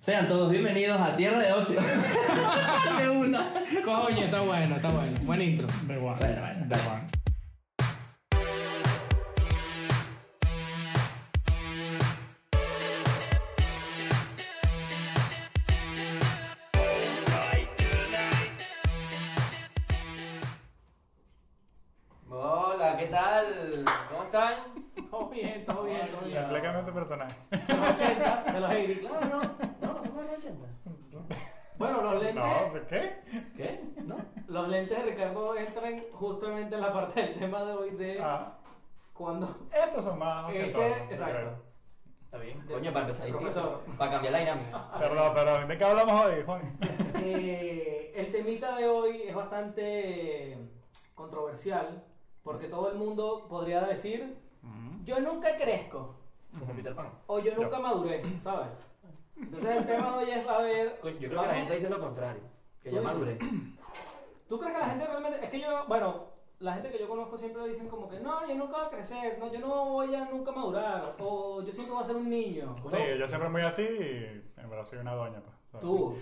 Sean todos bienvenidos a Tierra de Ocio. Me uno. Coño, está bueno, está bueno. Buen intro. Da igual. Bueno, bueno. Da igual. Hola, ¿qué tal? ¿Cómo están? Todo bien, todo bien, todo bien. Explícame tu personaje. Los 80 de los 80. Claro, no, no somos los 80. Bueno, los lentes, No, ¿qué? ¿Qué? ¿No? los lentes de Ricardo entran justamente en la parte del tema de hoy de Ah, cuando estos son más ese, ochentosos, yo exacto. creo. Está bien. Coño, para empezar distinto. Profesor. Para cambiar la dinámica. Perdón, perdón. ¿De qué hablamos hoy, Juan? Eh, el temita de hoy es bastante eh, controversial porque todo el mundo podría decir yo nunca crezco Como Peter Pan. o yo nunca No. maduré, ¿sabes? Entonces el tema de hoy es a ver. Coño, Yo creo que la gente dice lo contrario. Que ya Uy. maduré. ¿Tú crees que la gente realmente.? Es que yo, bueno, la gente que yo conozco siempre dicen como que no, yo nunca voy a crecer, no, yo no voy a nunca madurar, o yo siempre voy a ser un niño. Sí, yo siempre muy así y en verdad soy una doña. pues, pa. Tú.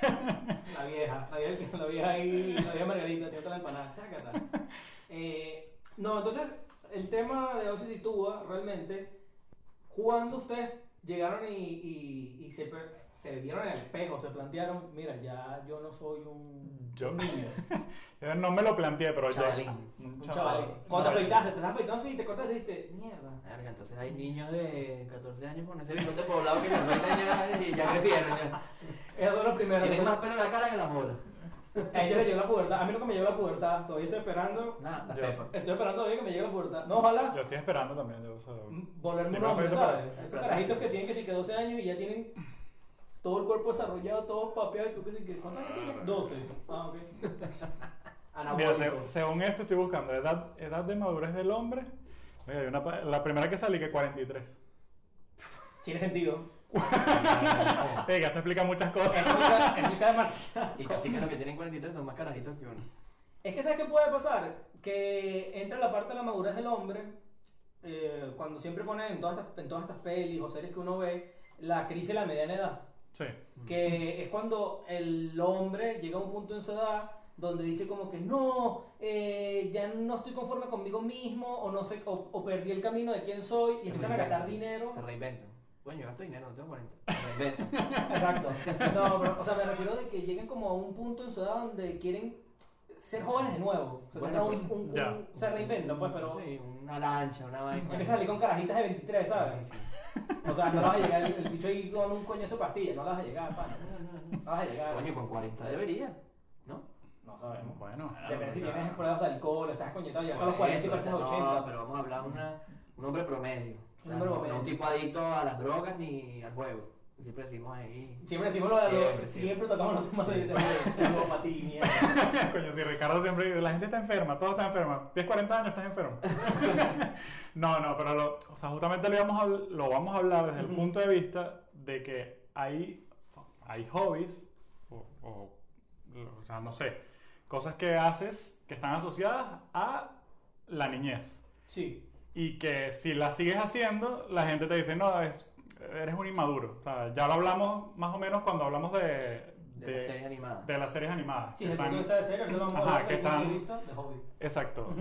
la vieja, la vieja, la vieja ahí, la vieja Margarita, haciendo la empanada, chácata. Eh, no, entonces, el tema de hoy se sitúa realmente cuando ustedes llegaron y, y- y se, per- se vieron en el espejo, se plantearon, mira, ya yo no soy un Yo- niño. Yo no me lo planteé, pero ya. Chavalín. Un Un chaval. chaval. Cuando te afeitaste, te has afeitado así, te cortas y dijiste, mierda. Verga, entonces hay niños de 14 años con ese bigote poblado que nos afectan ya y ya crecieron. ya. Eso es lo primero. Tienen más pelo en la cara que en las bolas. A ella le llegó la pubertad. A mí nunca me llegó la pubertad. Todavía estoy esperando. Nada, las Yo- pepas. Estoy esperando todavía que me llegue la pubertad. No, ojalá Yo estoy esperando también. Yo, o sea, Mm. volverme un Yo hombre, me ¿sabes? afeito, Esos carajitos que tienen que si que 12 años y ya tienen todo el cuerpo desarrollado, todo papeado. ¿Y tú que si que cuántos años tienes? 12. Ah, ok. Mira, Anabólico. se- según esto estoy buscando edad, edad de madurez del hombre. Mira, hay una pa- la primera que salí que 43. Tiene sentido. Venga, esto explica muchas cosas. Explica explica demasiado. Y casi que los que tienen 43 son más carajitos que uno. Es que ¿sabes qué puede pasar? Que entra la parte de la madurez del hombre, eh, cuando siempre ponen en todas, estas, en todas estas pelis o series que uno ve, la crisis de la mediana edad. Sí. Que es cuando el hombre llega a un punto en su edad donde dice como que no, eh, ya no estoy conforme conmigo mismo o no sé, o, o perdí el camino de quién soy y Se empiezan a reinventan, gastar dinero. Se reinventan. Bueno, yo gasto dinero, no tengo 40. Se reinventan. Exacto. No, pero, o sea, me refiero de que lleguen como a un punto en su edad donde quieren ser jóvenes de nuevo. Se, Bueno, compran un- pues, un- ya. un- se reinventan, pues, pero... Sí, una lancha, una vaina. Empieza a salir con carajitas de 23, ¿sabes? Sí, O sea, no vas a llegar, el, el bicho ahí con un coñazo de pastillas, no vas a llegar, pana. No vas a llegar. Coño, con 40 debería, ¿no? No sabemos. Bueno. Depende si tienes pruebas de alcohol, estás coñazado ya hasta los Por 40 y eso, pasas no, 80. pero vamos a hablar una, un hombre promedio. O sea, Un hombre no- promedio. No un tipo adicto a las drogas ni al juego. Siempre decimos ahí. Siempre decimos lo de los, Siempre, siempre, siempre. tocamos los temas de telepatía. Coño, si Ricardo siempre dice, la gente está enferma, todos están enfermos. Tienes 40 años, estás enfermo. no, no, pero lo, o sea, justamente lo, íbamos a habl- lo vamos a hablar desde el punto de vista de que hay, hay hobbies, o, o, o sea, no sé, cosas que haces que están asociadas a la niñez. Sí. Y que si las sigues haciendo, la gente te dice, no, es, eres un inmaduro. O sea, ya lo hablamos más o menos cuando hablamos de... De, las series animadas. de las series animadas. Sí, que desde el están- punto de vista de serio, nosotros vamos a Ajá, hablar que desde el punto de están- vista de hobby. Exacto. Ujú.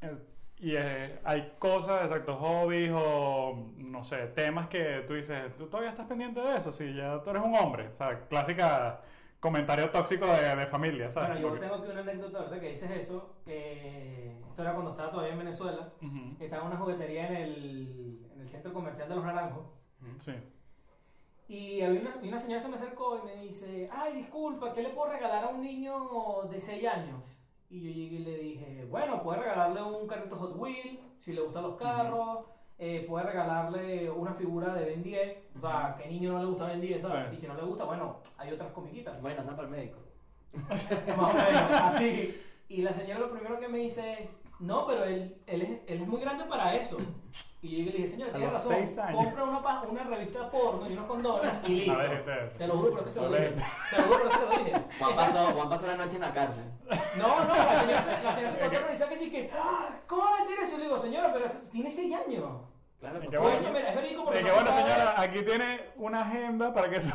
Es- Y eh, hay cosas, exacto, hobbies o no sé, temas que tú dices, tú todavía estás pendiente de eso, si ya tú eres un hombre. O sea, clásica comentario tóxico de, de familia, Bueno, ¿sabes? yo Porque- tengo aquí una anécdota, ¿verdad? Que dices eso. Eh, esto era cuando estaba todavía en Venezuela. Ujú, Estaba en una juguetería en el, en el centro comercial de Los Naranjos. Sí. Y había una, y una señora se me acercó y me dice, ay, disculpa, ¿qué le puedo regalar a un niño de 6 años? Y yo llegué y le dije, bueno, puedes regalarle un carrito Hot Wheel, si le gustan los carros, eh, puedes regalarle una figura de Ben 10, o sea, que niño no le gusta Ben 10, ¿sabes? Sí. Y si no le gusta, bueno, hay otras comiquitas. Bueno, anda para el médico. Más o menos, así. Y la señora lo primero que me dice es, no, pero él, él, es, él es muy grande para eso. Y yo le dije, señora, A tiene los razón, seis años. compra una, pa- una revista porno y unos condones y listo. A ver, gente, eso. Te lo juro, pero es que se lo A dije. ver. Te lo juro, pero es que se lo dije. Juan pasó, Juan pasó la noche en la cárcel. No, no, la señora se, la señora se encontró con Isaac y dice que, "Ah, ¿cómo va a decir eso? Y le digo, señora, pero tiene 6 años. Claro, Y con que su bueno. dueño. mira, es verídico porque De que eso bueno, está- señora, aquí tiene una agenda para que... se-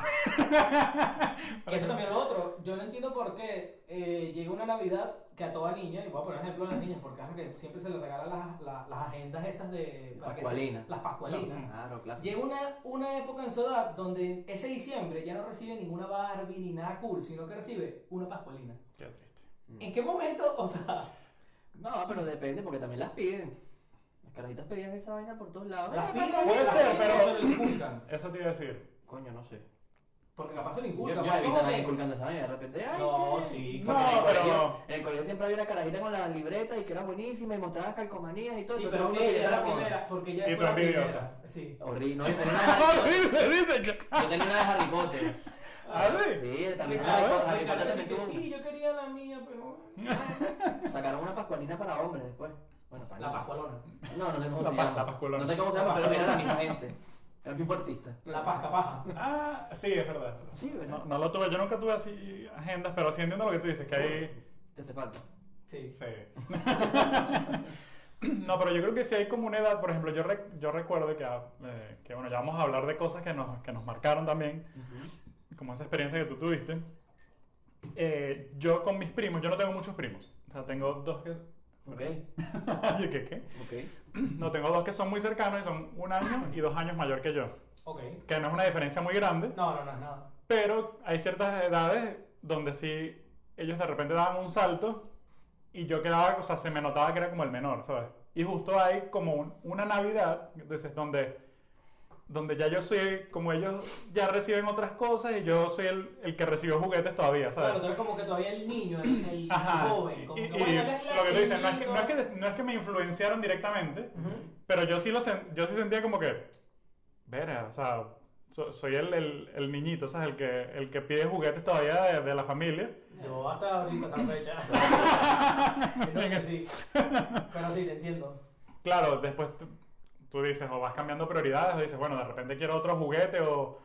Que eso también es otro. Yo no entiendo por qué eh, llega una Navidad que a toda niña, y voy a poner ejemplo a las niñas, porque es lo que siempre se les regalan las, las, las agendas estas de... para que se- Pascualina. Las pascualinas. Claro, Ah, clásico. Llega una, una época en su edad donde ese diciembre ya no recibe ninguna Barbie ni nada cool, sino que recibe una pascualina. Qué triste. Mm. ¿En qué momento? O sea, No, pero depende porque también las piden. Las carajitas pedían esa vaina por todos lados. las piden, Puede las ser, piden, pero- se lo inculcan. Eso te iba a decir. Coño, no sé. Porque capaz se lo Yo, yo no inculcan. he pues, visto a ¿cómo nadie que? inculcando esa vaina de repente. Ay, No, qué- sí, Porque en el No, pero- colegio- En el colegio siempre había una carajita con la libreta y que era buenísima y mostraba calcomanías y todo. Sí, y todo pero el mundo ella quería era la la moda. primera, porque ella Y fue la tú envidiosa. primera. Sí. Horrible. No, yo tenía una de- yo tenía una de Harry Potter. ¿Ah, sí? Sí, también Ah, Harry, bueno, Potter- Harry Ricardo Potter dice también que tuvo ¿eh? sí, yo quería la mía, pero... una. Sacaron una pascualina para hombres después. Bueno, para La pascualona. No, no sé cómo La se pa- llama. la pascualona. No sé cómo se La llama, pero era la pascualona. misma gente. Era el mismo artista. La pasca paja. Ah, sí, es verdad. es verdad. Sí, ¿verdad? No, no lo tuve, yo nunca tuve así agendas, pero sí entiendo lo que tú dices, que hay... Te hace falta. Sí. Sí. No, pero yo creo que sí hay como una edad, por ejemplo, yo, re- yo recuerdo que, ah, eh, que, bueno, ya vamos a hablar de cosas que nos, que nos marcaron también, como esa experiencia que tú tuviste. Eh, yo con mis primos, yo no tengo muchos primos, o sea, tengo dos que... Ok, Yo, ¿qué, qué? ok. No, tengo dos que son muy cercanos y son un año y dos años mayor que yo, Ok. que no es una diferencia muy grande, No, no, no es nada. pero hay ciertas edades donde sí ellos de repente daban un salto y yo quedaba, o sea, se me notaba que era como el menor, ¿sabes? Y justo hay como un- una Navidad, entonces, donde, donde ya yo soy, como ellos ya reciben otras cosas y yo soy el, el que recibió juguetes todavía, Claro, ¿sabes? tú eres como que todavía el niño, el, el Ajá. joven. Y- Como que, y- bueno, él es y la lo que tú dices, no es que, chiquito. no es que, no es que me influenciaron directamente, Ujú. pero yo sí, lo sen- yo sí sentía como que, verga, o sea, so- soy el, el- el niñito, o sea, el que, el que pide juguetes todavía de, de la familia. Yo hasta ahorita, hasta la fecha. Creo que sí. Pero sí, te entiendo. Claro, después tú, tú dices, o vas cambiando prioridades, o dices, bueno, de repente quiero otro juguete, o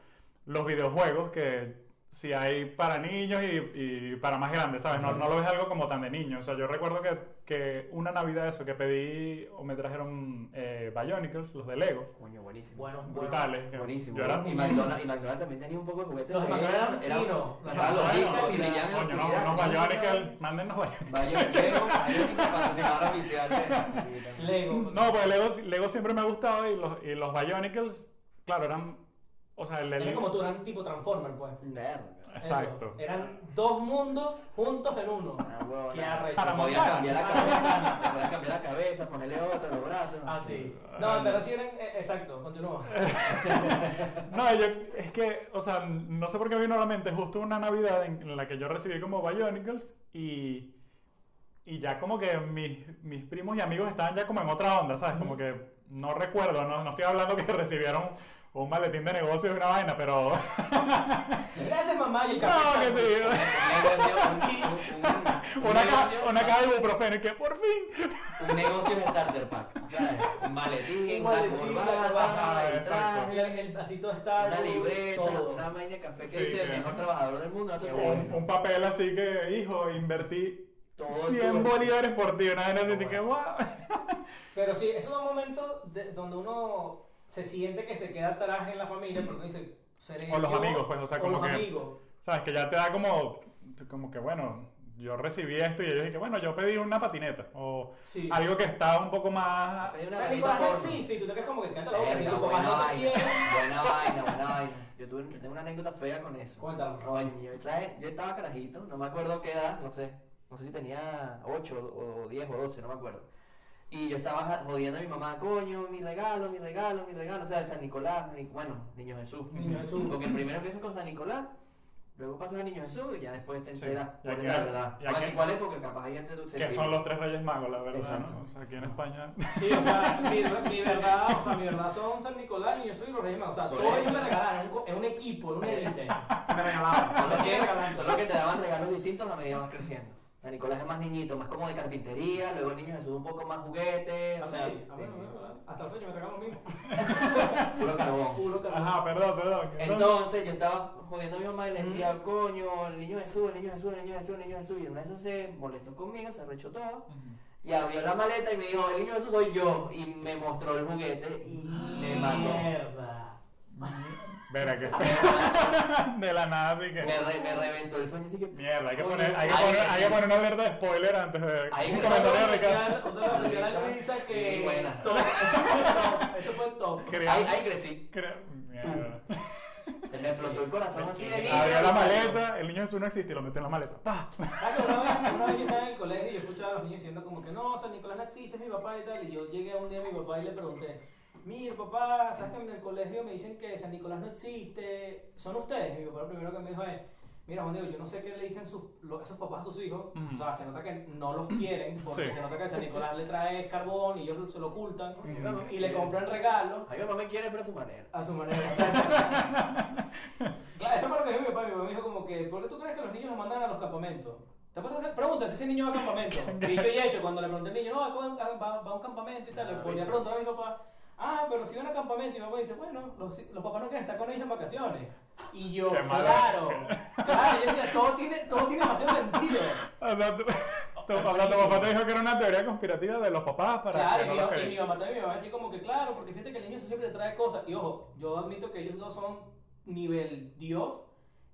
los videojuegos que si hay para niños y, y para más grandes, ¿sabes? No, no lo ves algo como tan de niño. O sea, yo recuerdo que, que una Navidad eso que pedí, o me trajeron eh, Bionicles, los de Lego, Coño, buenísimo. Bueno, bueno. brutales. que Buenísimo. Yo era Y un McDonald's, y McDonald's también tenía un poco de juguetes. Los de McDonald's eran Era- finos. Pasaban Los los de discos y McDonald's brillaban. en la Coño, no, oscuridad. unos Tenía un- Bionicles, mándennos Bionicles. Bayonicle, Bayonicle, patrocinador oficial. de- Lego. No, pues Lego, Lego siempre me ha gustado y los, y los Bionicles, claro, eran... O sea, el... Eres el- como tú, eran tipo Transformer, pues. Verga. Eso. Exacto. Eran dos mundos juntos en uno. Una huevona. Qué arrecho. Te podías montar. cambiar la cabeza, te podías cambiar la cabeza, ponerle otro, los brazos. no Ah, sé. sí. No, pero sí eran. eh, Exacto, continúa. No, yo, es que, o sea, no sé por qué me vino a la mente justo una Navidad en, en la que yo recibí como Bionicles y, y ya como que mis, mis primos y amigos estaban ya como en otra onda, ¿sabes? Como que no recuerdo, no, no estoy hablando que recibieron un maletín de negocios y una vaina, pero... Gracias, mamá. Y el No, que sí. Un negocio, un- un- un Una, ca- negocio- una caja de ibuprofeno y que por fin... Un negocio de starter pack. ¿sabes? Un maletín, Un una maletín, una corbata, corbata, el traje. El, el vasito está. una libreta, Todo. una vaina de café que Sí, dice el que- mejor trabajador del mundo, no te Un, un papel así que, hijo, invertí Todo 100 tu- bolívares por ti, una vaina así que, Bueno. wow. Pero sí, esos son momentos de- donde uno se siente que se queda atrás en la familia, porque uno dice, seré O los yo, amigos, pues, o sea, como los que- amigos. ¿Sabes? Que ya te da como, como que, bueno, yo recibí esto y ellos dije, bueno, yo pedí una patineta. O Sí. algo que está un poco más... Pedí O una sea, ramita Nicolás no porno. existe y tú te quedas como que canta la boca y Verga, tu papá buena no te vaina, quiere. buena vaina, buena vaina. Yo tuve, yo tengo una anécdota fea con eso. Cuéntalo. Coño, ¿sabes? Yo estaba carajito, no me acuerdo qué edad, no sé. No sé si tenía 8 o o 10 o 12, no me acuerdo. Y yo estaba ja- jodiendo a mi mamá, coño, mi regalo, mi regalo, mi regalo. O sea, San Nicolás, San Nic- bueno, Niño Jesús. Niño Jesús. Porque primero empiezan con San Nicolás, luego pasan a Niño Jesús y ya después te Sí. enteras Y cuál aquí es la hay- verdad. y Ahora aquí- sí, cuál es, porque capaz hay gente dulce. Que son los tres Reyes Magos, la verdad, Exacto. ¿no? O sea, aquí en España... Sí, o sea, mi, mi verdad, o sea, mi verdad son San Nicolás y yo soy los Reyes Magos. O sea, Por todo eso. eso me regalaron, un co- en un equipo, en un élite. Me regalaron. Son los, Sí, que, me regalaron. son los que te daban regalos distintos a medida vas creciendo. San Nicolás es más niñito, más como de carpintería, luego el niño Jesús un poco más juguetes, Ah, o sí, sea, a mí, a mí, a mí, Hasta la fecha me regalan lo mismo. puro carbón. Puro carbón. Ajá, perdón, perdón. Entonces yo estaba jodiendo a mi mamá y le decía, coño, el niño Jesús, el niño Jesús, el niño Jesús, el niño Jesús, y una de esas se molestó conmigo, se rechó todo, Ujú. y y abrió la maleta y me dijo, el niño eso soy yo. Y me mostró el juguete y me mató. Ah, Mierda. Verá que feo. De la nada, así que. Me, re- me reventó el sueño así que... Mierda, hay que poner, hay que Ay, poner, sí. hay que poner una alerta de spoiler antes de. Ahí un que- comentario de Ricardo. Otra especial a Luisa que. Sí, buena. Top. Top. Esto fue top. Creo- Ahí, ahí crecí. creo- Mierda. Se me explotó el corazón así de niño. Abrió la y salió. maleta, el niño Jesús no existe y lo metió en la maleta. ¡Pah! Ah, que una vez, una vez yo estaba en el colegio y yo escuchaba a los niños diciendo como que no, San Nicolás no existe, es mi papá y tal. Y yo llegué un día a mi papá y le pregunté, mi papá, ¿sabes que en el colegio me dicen que San Nicolás no existe? ¿Son ustedes? Y mi papá lo primero que me dijo es, mira, Juan Diego, yo no sé qué le dicen sus, lo- esos papás a sus hijos. Mm. O sea, se nota que no los quieren porque Sí. se nota que San Nicolás le trae carbón y ellos se lo ocultan. Ay, mi mamá me Y le quiere. compran regalos. Ay, mi mamá me quiere, pero a su manera. A su manera. claro, esto fue lo que dijo mi papá. Mi papá me dijo como que, ¿por qué tú crees que los niños los mandan a los campamentos? Te pasas a hacer preguntas, ese niño va a campamento. Dicho y hecho, cuando le pregunté al niño, no, va a, va- va a un campamento y tal, Ah, le volví a ¿viste? preguntar a mi papá, ah, pero si van a campamento, y mi papá dice, bueno, los, los papás no quieren estar con ellos en vacaciones. Y yo, Qué malo. claro, claro, yo decía, todo tiene, todo tiene demasiado sentido. O sea, tu, tu papá, tu papá te dijo que era una teoría conspirativa de los papás para Claro, que y, mi, no los y mi querían. mamá también, mi mamá así como que claro, porque fíjate que el niño siempre te trae cosas. Y ojo, yo admito que ellos dos son nivel Dios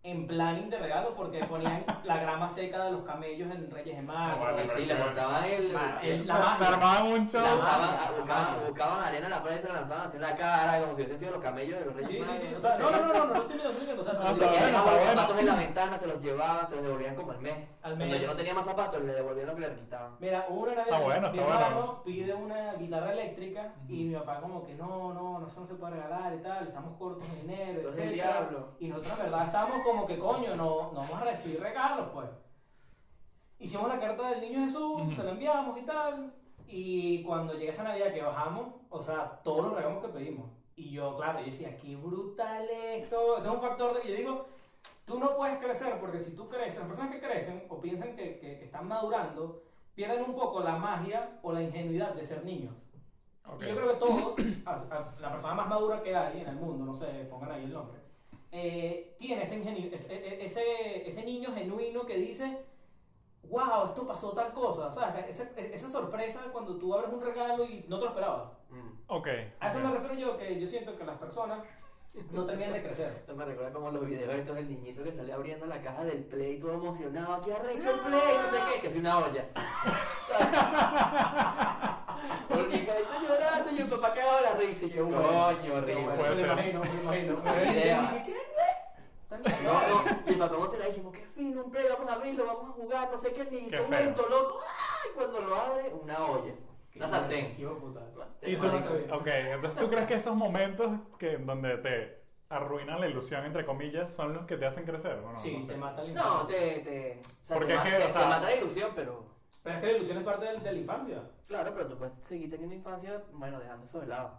en planning de regalo porque ponían la grama seca de los camellos en Reyes de Mar. No, vale, Y sí, pero le qué montaban el... Ma- el- la magia. Se armaban un show. Lanzaban, magia, la buscaban, magia. buscaban ah, arena en la playa y se la lanzaban así en la cara, como si hubiesen sido los camellos de los Sí, reyes. sí, Magos. sí, o sea, no, no, no, no, no, no estoy diciendo, o sea, Ah, pero Le está quedaban los bueno, está bueno. zapatos en la ventana, se los llevaban, se los devolvían como al mes. Al Cuando mes. yo no tenía más zapatos, le devolvían lo que le quitaban. Mira, hubo una Está Navidad bueno, mi está bueno. hermano pide una guitarra eléctrica y mi papá como que no, no, no, eso no se puede regalar y tal, estamos cortos de dinero, Eso es el etcétera. diablo. Y nosotros, la verdad, estábamos como que, coño, no, no vamos a recibir regalos, pues. Hicimos la carta del niño Jesús, Ujú. se la enviamos y tal, y cuando llega esa Navidad que bajamos, o sea, todos los regalos que pedimos. Y yo, claro, yo decía, qué brutal esto, eso es un factor de, yo digo, tú no puedes crecer porque si tú creces, las personas que crecen o piensan que, que- que están madurando, pierden un poco la magia o la ingenuidad de ser niños. Ok. Y yo creo que todos, a- a- la persona más madura que hay en el mundo, no sé, pongan ahí el nombre, eh, tiene ese, ingeniu- ese, e- ese, ese niño genuino que dice, wow, esto pasó tal cosa, ¿sabes? Ese- e- esa sorpresa cuando tú abres un regalo y no te lo esperabas. Mm. Ok. A eso ok. me refiero yo, que yo siento que las personas no terminan de crecer. Eso me recuerda como los videos estos del niñito que salió abriendo la caja del Play todo emocionado. Aquí arrecho el Play, no sé qué, que es una olla. Porque el carita llorando y el papá cagado de la risa. Y yo, coño, horrible. Puede Me ser. imagino, me imagino. Buena idea. ¿Qué? Está No, bien. no, mi papá no se la dijimos, qué fino, un play, vamos a abrirlo, vamos a jugar, no sé qué, ni Qué todo feo. junto, loco. Ay, cuando lo abre, una olla, una Qué sartén. hijo de puta. Y tú- ok, entonces tú crees que esos momentos que, donde te arruinan la ilusión, entre comillas, son los que te hacen crecer, ¿o no? Sí, No sé. te mata el impulso. No, te, te, o sea, Porque te, es ma- que, te- o te sea- mata la ilusión, pero Pero es que la ilusión es parte del- de la infancia. claro, pero tú puedes seguir teniendo infancia, bueno, dejando eso de lado.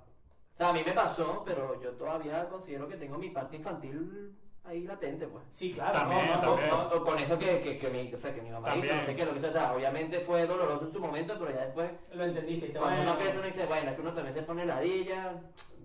O sea, a mí me pasó, pero yo todavía considero que tengo mi parte infantil ahí latente, pues. Sí, claro. no, También, no, O- también. no, o- o con eso que, que, que mi, o sea, que mi mamá hizo, no También. sé qué, lo que hizo, o sea, obviamente fue doloroso en su momento, pero ya después Lo entendiste. y te Cuando va- uno crece uno dice, bueno, es que uno también se pone ladilla,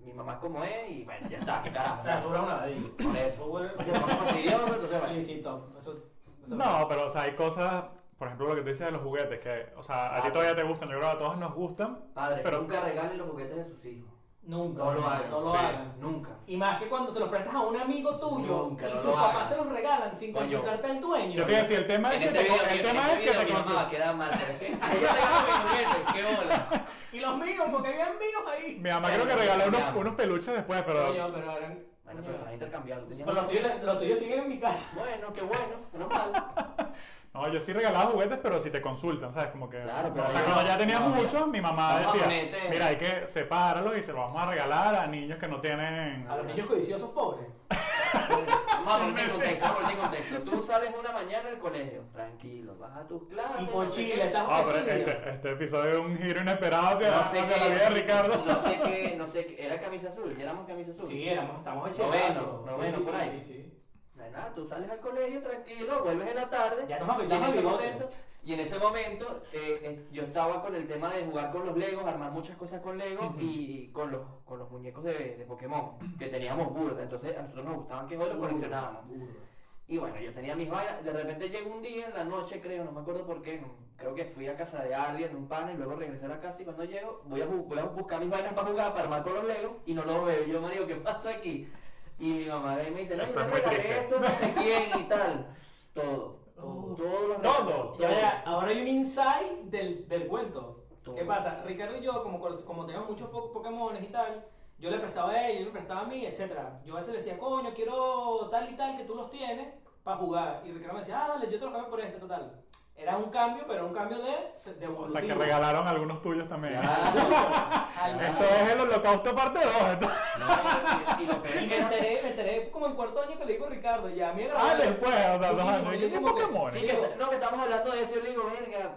mi mamá es como es, y bueno, ya está, qué carajo. O sea, tú eres una ladilla. por Eso, eso. bueno. Se pone fastidioso, entonces bueno. "Oh, Sí, sí, top. Eso, eso- No, pero o sea, hay cosas, por ejemplo, lo que tú dices de los juguetes, que, o sea, a ti Ah. todavía te gustan, yo creo que a todos nos gustan. Padre, Pero- nunca regalen los juguetes de sus hijos. Nunca. No lo hagan. No lo sí. hagan. Nunca. Y más que cuando se los prestas a un amigo tuyo Nunca, y no sus lo papás hagan. se los regalan sin Coño. consultarte al dueño. Yo te iba a decir, el tema es que este te, el tema es mi que te mamá va a consultan. quedar mal, pero es que ahí ya tengo mis juguetes, qué bola. Y los míos, porque habían míos ahí. Mi mamá creo que Coño, regaló mi unos, mamá. unos peluches después, pero Coño, pero eran. Bueno, pero están intercambiados. tú Pero tenías- los tuyos, los tuyos siguen en mi casa. Bueno, qué bueno, menos mal. No, yo sí regalaba juguetes, pero si te consultan, ¿sabes? Como que. Claro, pero o sea, yo- cuando ya tenías no, mira. muchos, mi mamá Vamos a decía: ponerte- Mira, hay que separarlo y se lo vamos a regalar a niños que no tienen. A los niños codiciosos pobres. Vamos a ponerte en contexto, vamos a ponerte en contexto. Tú sales una mañana del colegio, tranquilo, vas a tus clases. Y no con sé Chile, qué. estás Ah, pero fastidio. este, este episodio es un giro inesperado hacia, no sé hacia qué, la vida de Ricardo. No sé qué, no sé qué. Era camisa azul, ya éramos camisa azul. Sí, éramos, estamos hechos. Noveno, rato. noveno, Sí, por sí, ahí. sí, sí. No es nada, ah, tú sales al colegio tranquilo, vuelves en la tarde. Ya nos y en afectamos ese el bigote. momento, y en ese momento eh, eh, yo estaba con el tema de jugar con los Legos, armar muchas cosas con Legos y con los, con los muñecos de, de Pokémon, que teníamos burda. Entonces a nosotros nos gustaban que hoy los coleccionábamos. Y bueno, yo tenía mis vainas. De repente llegó un día en la noche, creo, no me acuerdo por qué. no- Creo que fui a casa de alguien, un pana, y luego regresé a la casa. Y cuando llego, voy a, ju- voy a buscar mis vainas para jugar, para armar con los legos, y no los veo. Y yo, marico, ¿qué pasó aquí? Y mi mamá ve y me dice, no, yo Esto te es muy regalé triste. eso, no sé quién y tal. Todo. Oh. Todo. Todo. lo- Todo. todo. Ya, ya, ahora hay un insight del, del cuento. Todo. ¿Qué pasa? Ricardo y yo, como, como teníamos muchos po- Pokémones y tal, yo le prestaba a él, él me prestaba a mí, etcétera. Yo a veces le decía, coño, quiero tal y tal que tú los tienes para jugar. Y Ricardo me decía, ah, dale, yo te los cambio por este, total. Era un cambio, pero era un cambio de, de O sea, que evolutivo. regalaron algunos tuyos también. Al- Esto es el holocausto parte 2. No, y, y lo peor Y es me que no- enteré, me enteré como en cuarto año que le digo a Ricardo, ya, mira. Ah, después, o sea, dos Muchísimo, años. yo ¿Y ¿Qué como que- Pokémon? Sí, que, no, que estamos hablando de eso y yo le digo, verga,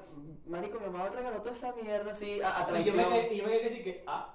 marico, mi mamá regaló toda esa mierda así a, a Y yo traición. me quedé- y yo me quedé así que, ah.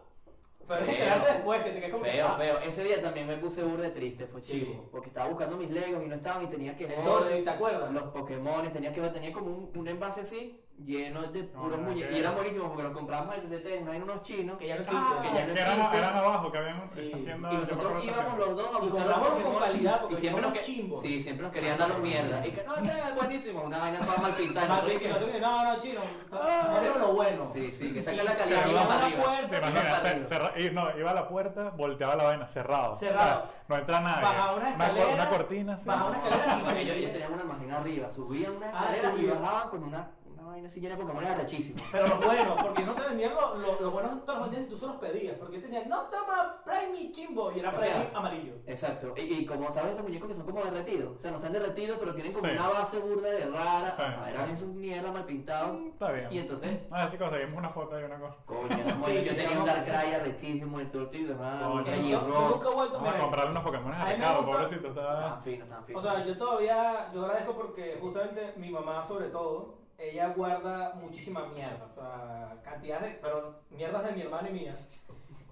Pero Feo. enterarse después, que te quedas como que, Feo, ah. feo. Ese día también me puse burde triste, fue Sí. chivo. Porque estaba buscando mis Legos y no estaban y tenía que El joder Dory, ¿te acuerdas? Los Pokémon, tenía que joder, tenía como un, un envase así, lleno de puros no, muñecos. que- Y eran buenísimos porque los compramos en el CCT, no hay unos chinos. Que ya no existe. Ah, que ya no que eran, existe. eran abajo, que habían Sí. esas tiendas. Y yo me acuerdo nosotros esas íbamos tiendas. los dos a buscar los comprábamos con Pokémon. calidad, porque y siempre son nos que- chimbos. Sí, siempre nos querían dar los mierda. Y que no, traigan buenísimo. Una vaina toda mal pintada. Ah, ¿no? Y que que- no, te- no, no, chino. Muéstrame Ah. lo bueno. Sí, sí, que saca la Y calidad y cerraba va para la arriba. puerta, Te iba imaginas, para cer- arriba. cerra- y- no, iba a la puerta, volteaba la vaina, cerrado. Cerrado. O sea, no entra nadie. Bajaba una escalera, co- una cortina así. bajaba una escalera. Porque yo, yo tenía un almacén arriba, subían una Ah, escalera y subía. bajaban con una, una vaina así llena de Pokémon, era rechísimo. Pero los buenos, porque no te vendían los lo, lo buenos, te los vendían si tú se los pedías. Porque te decían, no, toma Prime chimbo. Y era O Prime sea, amarillo. Exacto, y, y como sabes, esos muñecos que son como derretidos, o sea, no están derretidos, pero tienen como Sí. una base burda de rara, Sí. Mm, Ajá, eran esos mierda mal pintados. Está bien. Y entonces, A ver si Ah, conseguimos una foto y una cosa. coño, no, Mm. Sí, yo sí, tenía sí, un no. Darkrai rechísimo, el Tortito, Coño. el Yo Rey yo nunca he vuelto Vamos a mira, comprarle unos Pokémon A a mí me Ricardo, gusta- Ah. pobrecito. Está... tan fino, tan fino. O sea, yo todavía, yo agradezco porque justamente mi mamá sobre todo, ella guarda muchísima mierda, o sea, cantidades de, pero mierdas de mi hermano y mía.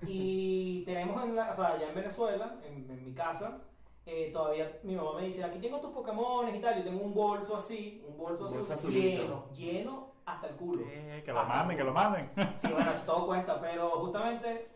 Y tenemos, en la, o sea, allá en Venezuela, en, en mi casa, eh, todavía mi mamá me dice, aquí tengo tus Pokémones y tal, yo tengo un bolso así, un bolso, Bolso así, azulito. Eh. lleno, lleno hasta el culo. Sí, que lo Hasta el manden, que lo culo. manden. Sí, bueno, eso todo cuesta, pero justamente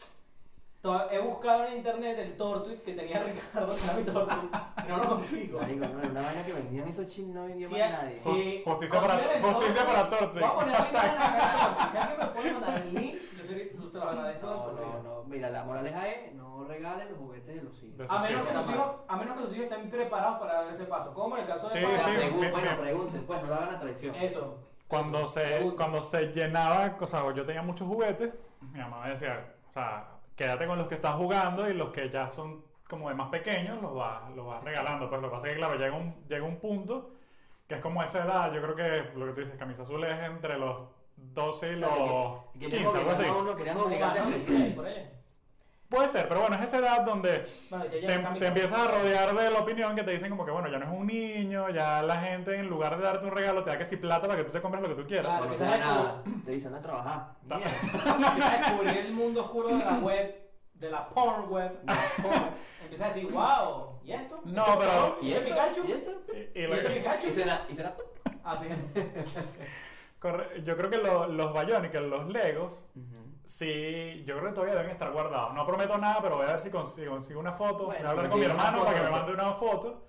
to- he buscado en internet el Tortwit que tenía Ricardo, que era mi Tortwit, y no lo consigo. Marico, no, era una vaina que vendían esos chinos no vendía Sí, más nadie. sí. Ju- Justicia para, Consideren justicia todo. para Tortwig. Voy a poner el link en la caja, Si alguien me puede mandar el link, yo se lo- se lo agradezco. No, por no, favor. no, mira, la moraleja es, no regalen los juguetes de los De hijos. eso A menos, que sí. sus Está mal. hijos, a menos que sus hijos estén preparados para dar ese paso. Como en el caso de Sí, O sea, sí, pregun- bien, bueno, bien. pregunten, pues, no lo hagan a traición. Eso. Cuando Eso, se, seguro. cuando se llenaba, o sea, yo tenía muchos juguetes, mi mamá me decía, o sea, quédate con los que estás jugando y los que ya son como de más pequeños, los vas, los vas regalando. Pues lo que pasa es que, claro, llega un, llega un punto que es como esa edad, yo creo que lo que tú dices, camisa azul es entre los 12 y O sea, los que- que 15, algo así. querían obligar a uno, querían obligarte a Ah, crecer. por ahí. Puede ser, pero bueno, es esa edad donde Bueno, dice, te, ya, camisa. te empiezas a rodear de la opinión que te dicen como que, bueno, ya no es un niño, ya la gente en lugar de darte un regalo te da que si plata para que tú te compres lo que tú quieras. Claro. Cuando que te sabes dan nada, te dicen a trabajar. Mierda. Empiezas a descubrir el mundo oscuro de la web, de la porn web. Empiezas a decir, wow, ¿y esto? No, ¿Esto pero- cabrón? ¿Y ¿Y este Pikachu? esto? ¿Y esto? Y- y ¿Y lo- este Y Pikachu? será, y será. Así. Corre- Yo creo que lo- los Bionicles, los Legos, Mm. sí, yo creo que todavía deben estar guardados. No prometo nada, pero voy a ver si consigo, consigo una foto. Bueno, voy a hablar si con mi consigues una hermano para que me foto. mande una foto,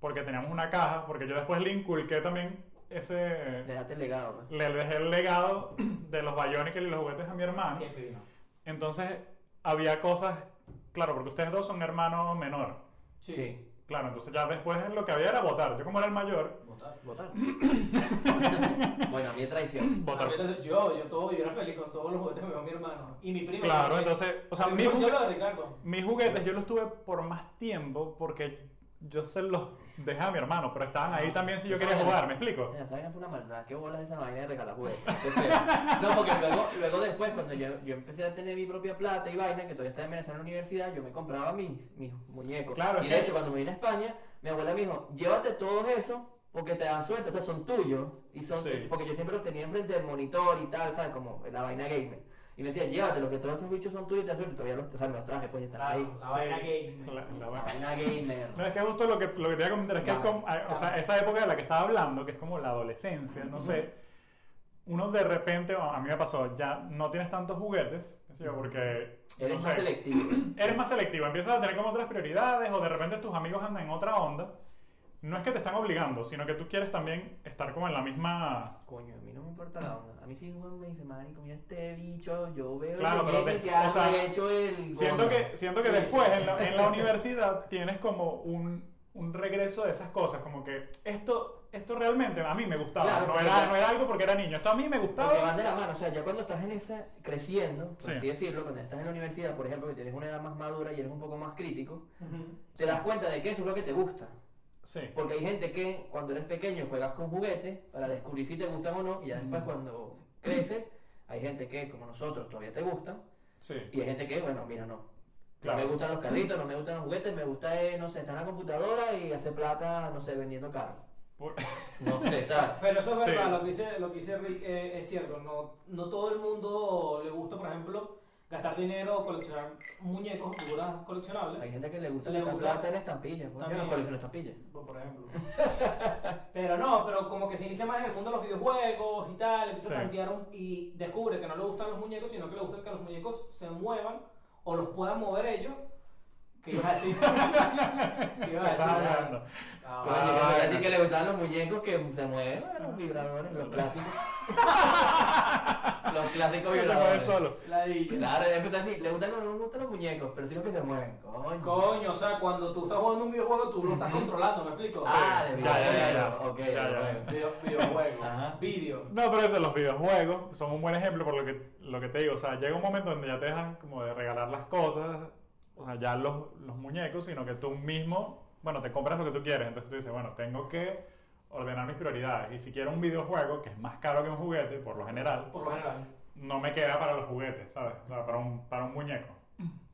porque teníamos una caja, porque yo después le inculqué también ese... Le daste el legado. pues. Le dejé el legado de los Bionicles y los juguetes a mi hermano. Ah, Qué fino. Entonces, había cosas... Claro, porque ustedes dos son hermanos menor. Sí. Claro, entonces ya después lo que había era votar. Yo como era el mayor, Brutal. Votar. bueno, a mí es traición. votar. Ah, entonces, Yo, yo todo, yo era feliz con todos los juguetes que me dio mi hermano y mi primo. Claro, también. entonces, o sea, Mi mi primo juguete- hizo lo de Ricardo. Mis juguetes yo los tuve por más tiempo porque yo se los dejé a mi hermano, pero estaban Ah, ahí también si yo Esa quería vaina. jugar, ¿me explico? Mira, Esa vaina fue una maldad. Qué bolas esa vaina de regalar juguetes. Qué feo. No, porque luego, luego después, cuando yo, yo empecé a tener mi propia plata y vaina, que todavía estaba en Venezuela en la universidad, yo me compraba mis, mis muñecos. Claro, y es de que- hecho, cuando me vine a España, mi abuela me dijo, llévate todos esos porque te dan suerte. O sea, son tuyos. Y son, Sí. Porque yo siempre los tenía enfrente del monitor y tal, ¿sabes? Como la vaina gamer. Y me decía, llévatelos, que todos esos bichos son tuyos y te dan suerte. Todavía los, o sea, me los traje, pues ya están ahí. Claro, la vaina gay. La- la La vaina. vaina gamer. No, es que justo lo que, lo que te voy a comentar es que es Claro, como- ah, o sea, esa época de la que estaba hablando, que es como la adolescencia, no sé, uno de repente, o a mí me pasó, ya no tienes tantos juguetes, qué sé yo, porque... Eres no más sé, selectivo. eres más selectivo, empiezas a tener como otras prioridades o de repente tus amigos andan en otra onda. no es que te están obligando, sino que tú quieres también estar como en la misma... Coño, a mí no me importa la onda. A mí sí Juan me dice, marico, mira este bicho, yo veo lo Claro, pero bien ve- que o ha sea, hecho el... Siento gordo". que, siento que Sí, después sí. En, la, en la universidad tienes como un, un regreso de esas cosas, como que esto, esto realmente a mí me gustaba, Claro, no, porque era, ya- no era algo porque era niño, esto a mí me Porque van gustaba. de la mano, o sea, ya cuando estás en esa, creciendo, por Sí. así decirlo, cuando estás en la universidad, por ejemplo, que tienes una edad más madura y eres un poco más crítico, Ujú. te das cuenta de que eso es lo que te gusta. Sí, Porque hay gente que cuando eres pequeño juegas con juguetes para descubrir si te gustan o no, y ya Mm. después cuando creces, hay gente que, como nosotros, todavía te gustan, sí, y hay gente que, bueno, mira, no. Claro. No me gustan los carritos, no me gustan los juguetes, me gusta, eh, no sé, estar en la computadora y hacer plata, no sé, vendiendo carros. Por- No sé, ¿sabes? Pero eso es Sí. verdad, lo que dice, lo que dice Rick eh, es cierto. No, no todo el mundo le gusta, por ejemplo, gastar dinero o coleccionar muñecos, figuras coleccionables, Hay gente que le gusta Le gastar gusta. plata en estampillas, bueno, yo no También. colecciono estampillas. por por ejemplo. pero no, pero como que se inicia más en el mundo de los videojuegos y tal, empieza Sí. a tantear un- y descubre que no le gustan los muñecos, sino que le gusta que los muñecos se muevan o los puedan mover ellos. Que iba a decir. que iba a decir. estaba hablando. Ah, Coño, vale. yo bueno. pensé Pues, que le gustaban los muñecos que se mueven, ah, los vibradores, los clásicos. los clásicos Que se mueve vibradores. solo. La di- Claro, ya empecé así, le gustan o no le gustan los muñecos, pero sí los que se mueven. Coño. Coño, o sea, cuando tú estás jugando un videojuego, tú lo estás controlando, ¿me explico? Ah, de Sí. verdad. Ya, ya, ya, ya. Ok, Ya, ya. bueno. Video, videojuego. Ajá. Video. No, pero eso, los videojuegos son un buen ejemplo por lo que, lo que te digo. O sea, llega un momento donde ya te dejan como de regalar las cosas, o sea, ya los, los muñecos, sino que tú mismo, bueno, te compras lo que tú quieres. Entonces tú dices, bueno, tengo que ordenar mis prioridades. Y si quiero un videojuego, que es más caro que un juguete, por lo general, Por lo general. no me queda para los juguetes, ¿sabes? O sea, para un, para un muñeco.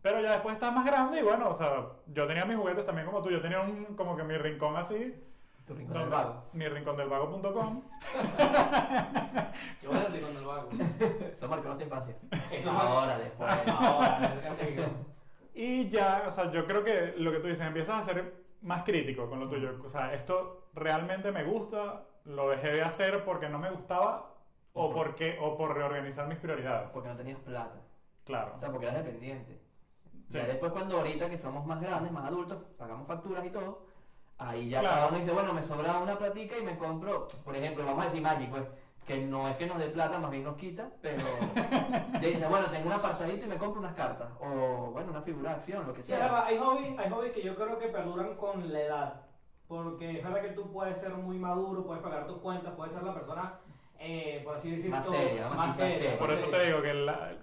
Pero ya después estás más grande y bueno, o sea, yo tenía mis juguetes también como tú. Yo tenía un, como que mi rincón así, Tu rincón del donde, vago. mi rincón del vago.com. Yo voy a decir con el vago. Eso marcó nuestra infancia. Eso Ahora, después. Ahora, amigo. Y ya, o sea, yo creo que lo que tú dices, empiezas a ser más crítico con lo tuyo. O sea, esto realmente me gusta, lo dejé de hacer porque no me gustaba o, Ujú. porque, o por reorganizar mis prioridades. Porque no tenías plata. Claro. O sea, porque eras dependiente. Ya Sí. después cuando ahorita que somos más grandes, más adultos, pagamos facturas y todo, ahí ya Claro. cada uno dice, bueno, me sobra una platica y me compro, por ejemplo, vamos a decir Magic, pues, que no es que nos dé plata, más bien nos quita, pero ya dice, bueno, tengo un apartadito y me compro unas cartas, o bueno, una figura de acción, lo que Sí, es sea. verdad, hay hobbies, hay hobbies que yo creo que perduran con la edad. Porque es verdad que tú puedes ser muy maduro, puedes pagar tus cuentas, puedes ser la persona, eh, por así decirlo, Más seria, más sin- más seria. por eso te digo que la-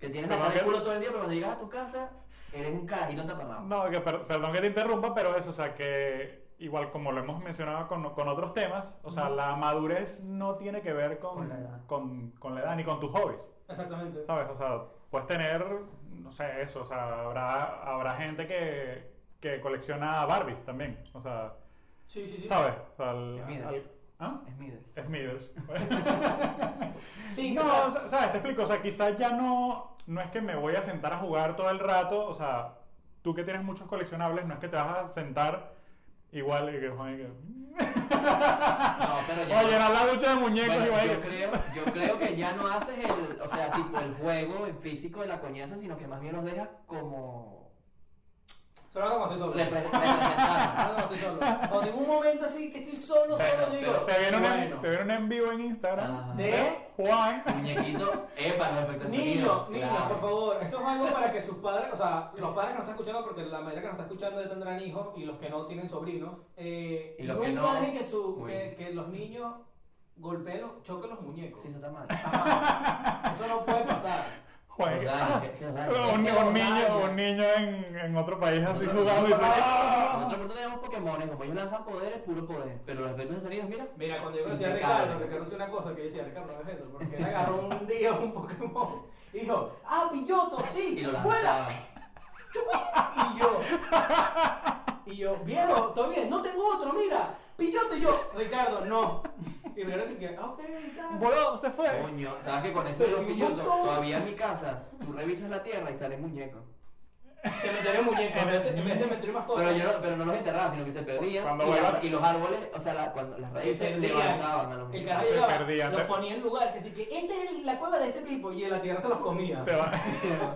que tienes Como que estar que- el culo todo el día, pero cuando llegas a tu casa, eres un carajito taparrado. No, que per- perdón que te interrumpa, pero eso, o sea, que igual como lo hemos mencionado con, con otros temas, o sea, la madurez no tiene que ver con, Con la edad. con- con la edad ni con tus hobbies. Exactamente. ¿Sabes? O sea, puedes tener, no sé, eso. O sea, habrá, habrá gente que, que colecciona Barbies también. O sea, Sí, sí, sí. ¿sabes? O sea, al- Smithers. al- ¿Ah? Es Middles. Smithers. Sí, no, o sea, o sea, ¿sabes? Te explico. O sea, quizás ya no, no es que me voy a sentar a jugar todo el rato. O sea, tú que tienes muchos coleccionables, no es que te vas a sentar igual y que, "Ay, que- No, pero ya. Oye, llenar la ducha de muñecos Bueno, igual. yo, que- creo, yo creo que ya no haces el, o sea, tipo el juego en físico de la coñaza, sino que más bien los dejas como solo cuando estoy solo. repre- representados. Solo cuando estoy solo. Cuando en un momento así que estoy solo, Bueno, solo digo. pero Se viene, un, en- bueno. se viene un en vivo en Instagram. ¿Eh? Ah. De- Juan. Muñequito, epa, los efectos de Niños, sonido, niños, claro. por favor. Esto es algo para que sus padres, o sea, los padres que nos están escuchando, porque la mayoría que nos está escuchando ya tendrán hijos y los que no tienen sobrinos. Eh, Y los nunca que no, dejen que, su, muy que, bien. que los niños golpeen, los, choquen los muñecos. Sí, eso está mal. Jamás. Eso no puede pasar. Juan, Los daños, que- que los daños. Pero un, que un los niño, daños. un niño en, en otro país así jugando y tú, Nosotros ¡ah! por eso le llamamos Pokémon, como ellos lanzan poderes, puro poder. Pero los efectos de sonido, mira. Mira, cuando yo conocí a Impecable. Ricardo, Ricardo hizo una cosa que yo decía, Ricardo, no es eso, porque él agarró un día un Pokémon y dijo, ah, pilloto, sí, Y lo vuela. lanzaban. Y yo, y yo, viejo, todo bien, no tengo otro, mira, pilloto, y yo, Ricardo, no. Y Ricardo dice que, ah, ok, tal. voló, se fue. Coño, ¿sabes que con eso de los Pero un pillotos, montón. todavía en mi casa, tú revisas la tierra y sale muñeco? Cementerio de muñecos. En vez de- en vez de cementerio de Pero, mascotas. yo no- pero no los enterraban, sino que se perdían. Cuando y, la- vuelvan- y los árboles, o sea, la- cuando las raíces Se perdían. levantaban a los El muñecos. carajo Se llegaba, perdían. los ponía en lugares. Así que esta es el- la cueva de este tipo. Y en la tierra se los comía. Te, va-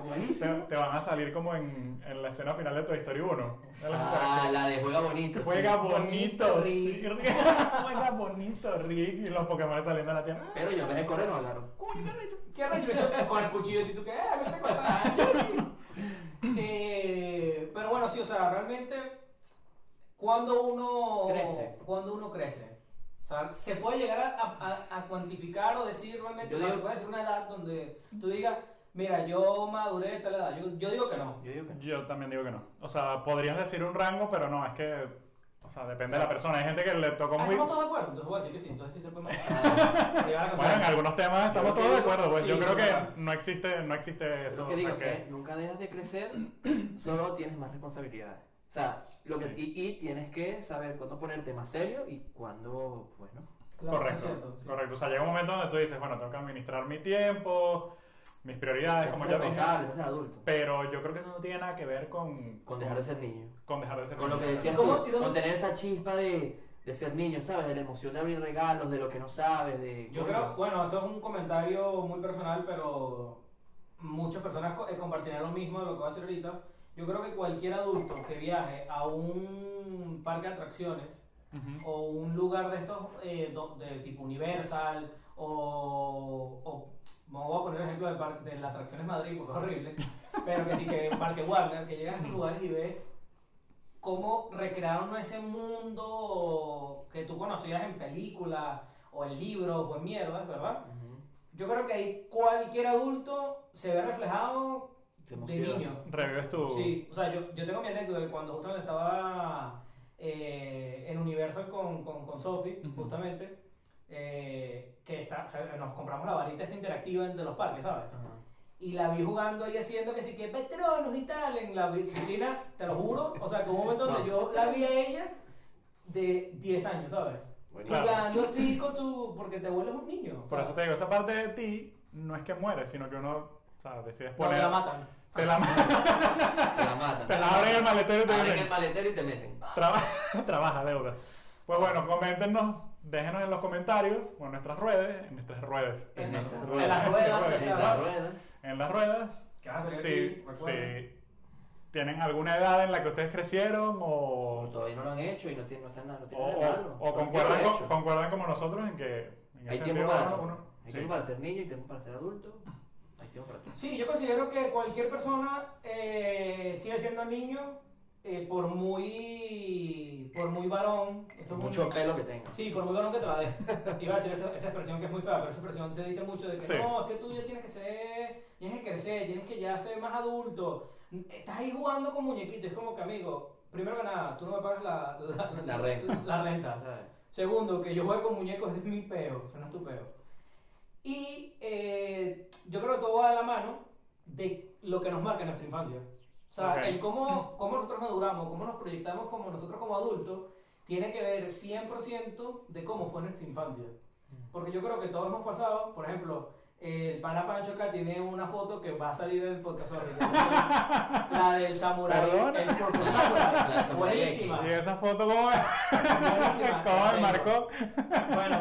Buenísimo. te- te van a salir como en, en la escena final de Toy Story 1. De las- Ah, la de juega bonito. sí. Juega bonito, Bonito, sí. Juega bonito, Rick. Y los Pokémon saliendo a la tierra. Pero yo en vez de correr no hablaron. Coño, qué arrecho. Qué arrecho esto con el cuchillo y tú que, ah, vete con la- chori. Eh, pero bueno, sí, o sea, realmente cuando uno Crece. cuando uno crece, o sea, se puede llegar a, a- a cuantificar o decir realmente, Yo o sea, digo- se puede decir una edad donde tú digas, mira, yo maduré a tal edad. Yo, yo digo que no. Yo digo que no. Yo también digo que no. O sea, podrías decir un rango, pero no, es que. O sea, depende de la persona. Hay gente que le tocó Ah, muy. estamos todos de acuerdo, entonces voy a decir que sí, entonces sí se puede madurar. Ah, Te lleva la Bueno, en cosa. algunos temas estamos Yo que todos de digo- acuerdo. Pues sí, yo sí, creo claro. que no existe, no existe Eso eso. que o digo sea, que- que nunca dejas de crecer, solo tienes más responsabilidades. O sea, lo que, y, y tienes que saber cuándo ponerte más serio y cuándo, pues no. Claro, Correcto, sí es cierto, sí. correcto. O sea, llega un momento donde tú dices, bueno, tengo que administrar mi tiempo, mis prioridades, Estás Ah, como ya dije. responsable, estás adulto. Pero yo creo que eso no tiene nada que ver con, Con dejar de ser niño. con dejar de ser Con lo que niño. decías ¿Y cómo- tú, y dónde- con tener esa chispa de, de ser niño, ¿sabes? De la emoción de abrir regalos, de lo que no sabes, de... Yo creo, bueno, esto es un comentario muy personal, pero muchas personas co- eh, compartirán lo mismo de lo que va a hacer ahorita. Yo creo que cualquier adulto que viaje a un parque de atracciones Ujú. o un lugar de estos eh, do- de tipo Universal o, o vamos a poner el ejemplo del par- de las atracciones Madrid porque es horrible, pero que sí que un parque Warner que llegas a esos lugares y ves cómo recrearon ese mundo que tú conocías en películas o en libros o en mierdas, ¿verdad? Ujú. Yo creo que ahí cualquier adulto se ve reflejado Te de emociona. niño. Revives tu... Sí, o sea, yo, yo tengo mi anécdota de cuando justamente estaba eh, en Universal con, con, con Sophie, Ujú. justamente, eh, que está, o sea, nos compramos la varita esta interactiva de los parques, ¿sabes? Ajá. Y la vi jugando ahí haciendo que sí que Petronos y tal en la piscina, te lo juro. O sea, que hubo un momento donde No. yo la vi a ella de 10 años, ¿sabes? Buenísimo. Claro. Jugando así con su... porque te vuelves un niño. o Por sea, eso te digo, esa parte de ti no es que mueres, sino que uno, o sea, decides cuando poner... la matan. te la, Te la matan. te la abren el maletero y te Abren dicen, el maletero y te meten. Traba- trabaja deuda. Pues bueno, coméntenos, déjenos en los comentarios o en nuestras redes, en nuestras redes, En nuestras en ruedas. las ruedas. En las ruedas. en las ruedas, Que van a salir si, aquí, recuerden. si tienen alguna edad en la que ustedes crecieron O o, todavía no lo han hecho y no tienen, no están nada, no o, tienen nada o, malo. o Yo concuerdan, lo he co- hecho. concuerdan como nosotros en que en Hay tiempo ese sentido, para uno- todo. uno- Hay sí. tiempo para ser niño y tiempo para ser adulto. Hay tiempo para todo. Sí, yo considero que cualquier persona eh, sigue siendo niño eh, por muy por muy varón. Esto es Mucho muy- pelo que tengas. Sí, por muy varón que te la dé. Iba a decir esa, esa expresión que es muy fea, pero esa expresión se dice mucho de que Sí. no, es que tú ya tienes que ser, tienes que crecer, tienes que ya ser más adulto. Estás ahí jugando con muñequitos, es como que amigo, primero que nada, tú no me pagas la, la, La renta. la renta. ¿sabes? Segundo, que yo juego con muñecos, ese es mi peo, ese no es tu peo. Y eh, yo creo que todo va de la mano de lo que nos marca nuestra infancia. O sea, Ok. el cómo, cómo nosotros maduramos, cómo nos proyectamos como nosotros como adultos, tiene que ver 100% de cómo fue nuestra infancia. Mm. Porque yo creo que todos hemos pasado, por ejemplo, eh, el pana Pancho acá tiene una foto que va a salir en el podcast ahorita. La del samurái. Perdona. El Corpo Samurai. La del samurái Buenísima. Y esa foto como Buenísima. como me Tengo. marcó. Bueno,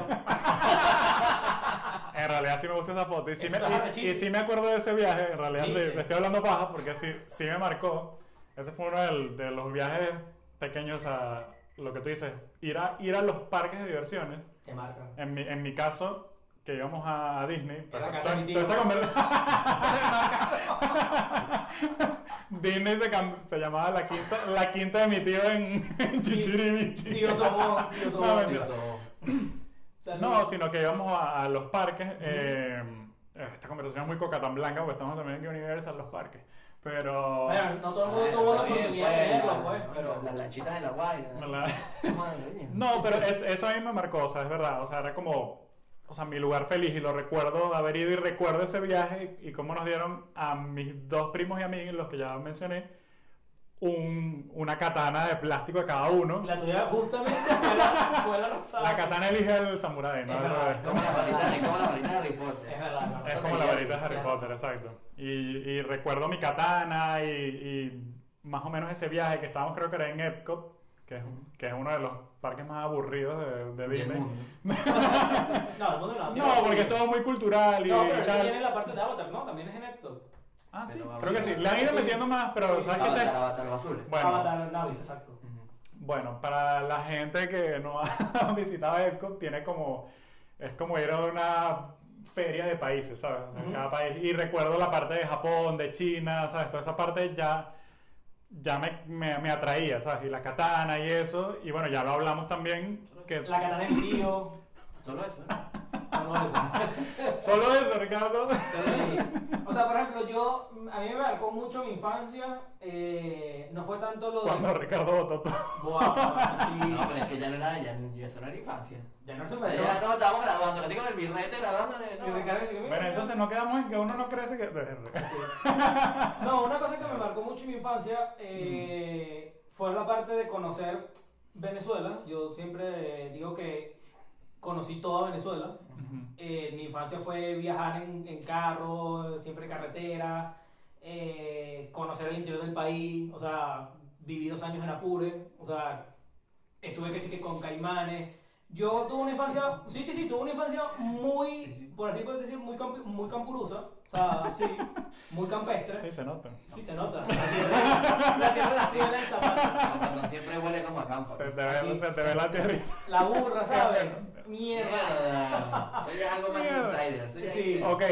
En realidad sí me gusta esa foto. Y sí, me, Eso es y- y sí me acuerdo de ese viaje. En realidad sí, ¿Viste? te estoy hablando paja porque sí, sí me marcó. Ese fue uno del- de los viajes pequeños a lo que tú dices, ir a, ir a los parques de diversiones. te marca. En mi, en mi caso, que íbamos a, a Disney. la casa de mi tío. toda esta conver- Disney se, cam- se llamaba la quinta, la quinta de mi tío en, en Chichiribichi. Tío Sobón, tío No, Sobón. mentira. Dios, oh. No, sino que íbamos a, a los parques. eh, esta conversación es muy coca tan blanca porque estamos también en Universal, los parques. Pero. Bueno, no todo el mundo Ah, tuvo la está bien, oportunidad de pues, verlo, la- pues, pero... Las lanchitas de la guaira. me la- No. No, pero es- eso a mí me marcó, o sea, es verdad. O sea, era como. O sea, mi lugar feliz y lo recuerdo de haber ido y recuerdo ese viaje y cómo nos dieron a mis dos primos y amigos, los que ya mencioné, un- una katana de plástico de cada uno. La tuya justamente fue la, fue la rosada. La katana elige al samurái, ¿no? Es Al verdad. revés. Como la varita de- como la varita de Harry Potter. Es verdad, es verdad. Es Ok, como la ya, varita de Harry ya. Potter, exacto. Y, y recuerdo mi katana y, y más o menos ese viaje que estábamos, creo que era en Epcot, que es, que es uno de los parques más aburridos de, de Del Disney. mundo. No, el mundo no. No, porque es todo muy cultural y, No, y pero tal. también viene la parte de Avatar, ¿no? También es en Epcot. Ah, sí, Pero creo que sí. Avatar. Le han ido metiendo más, pero Sí, ¿sabes qué? Avatar, Se- Avatar, los azules. Bueno, Avatar Navis, exacto. bueno, para la gente que no ha visitado Epcot, tiene como... Es como ir a una feria de países, ¿sabes? O sea, Ujú. Cada país. Y recuerdo la parte de Japón, de China, ¿sabes? Toda esa parte ya... Ya me, me, me atraía, ¿sabes? Y la katana y eso. Y bueno, ya lo hablamos también. Que La katana en frío. Solo eso, ¿no? No, no, no. Solo eso, Ricardo. Sí. O sea, por ejemplo, yo, a mí me marcó mucho mi infancia, eh, no fue tanto lo de... Cuando Ricardo votó todo. Buah, sí. No, pero es que ya no era, ya, ya eso no era infancia. Ya no se me dio. Ya no, estábamos grabando, así con el birrete grabándole. Y No. Ricardo dice, "Mira, Bueno, mira". entonces no quedamos en que uno no crece que... No, una cosa que me marcó mucho en mi infancia eh, fue la parte de conocer Venezuela. Yo siempre eh, digo que conocí toda Venezuela. Ujú. Eh, mi infancia fue viajar en, en carro, siempre en carretera, eh, conocer el interior del país, o sea, viví dos años en Apure, o sea, estuve que sí que con caimanes. Yo tuve una infancia, sí, sí, sí, tuve una infancia muy, por así puedes decir, muy, camp- muy campurusa, o sea, sí, muy campestre. Sí, se nota. Sí, se nota. La tierra, la tierra la suela el zapato. Con razón, siempre huele como a campo. Se te ve, se te ve la tierrita. La burra, ¿sabes? Mierda. Mierda. Eso ya es algo más Mierda. insider. eso ya es- Sí. Ok,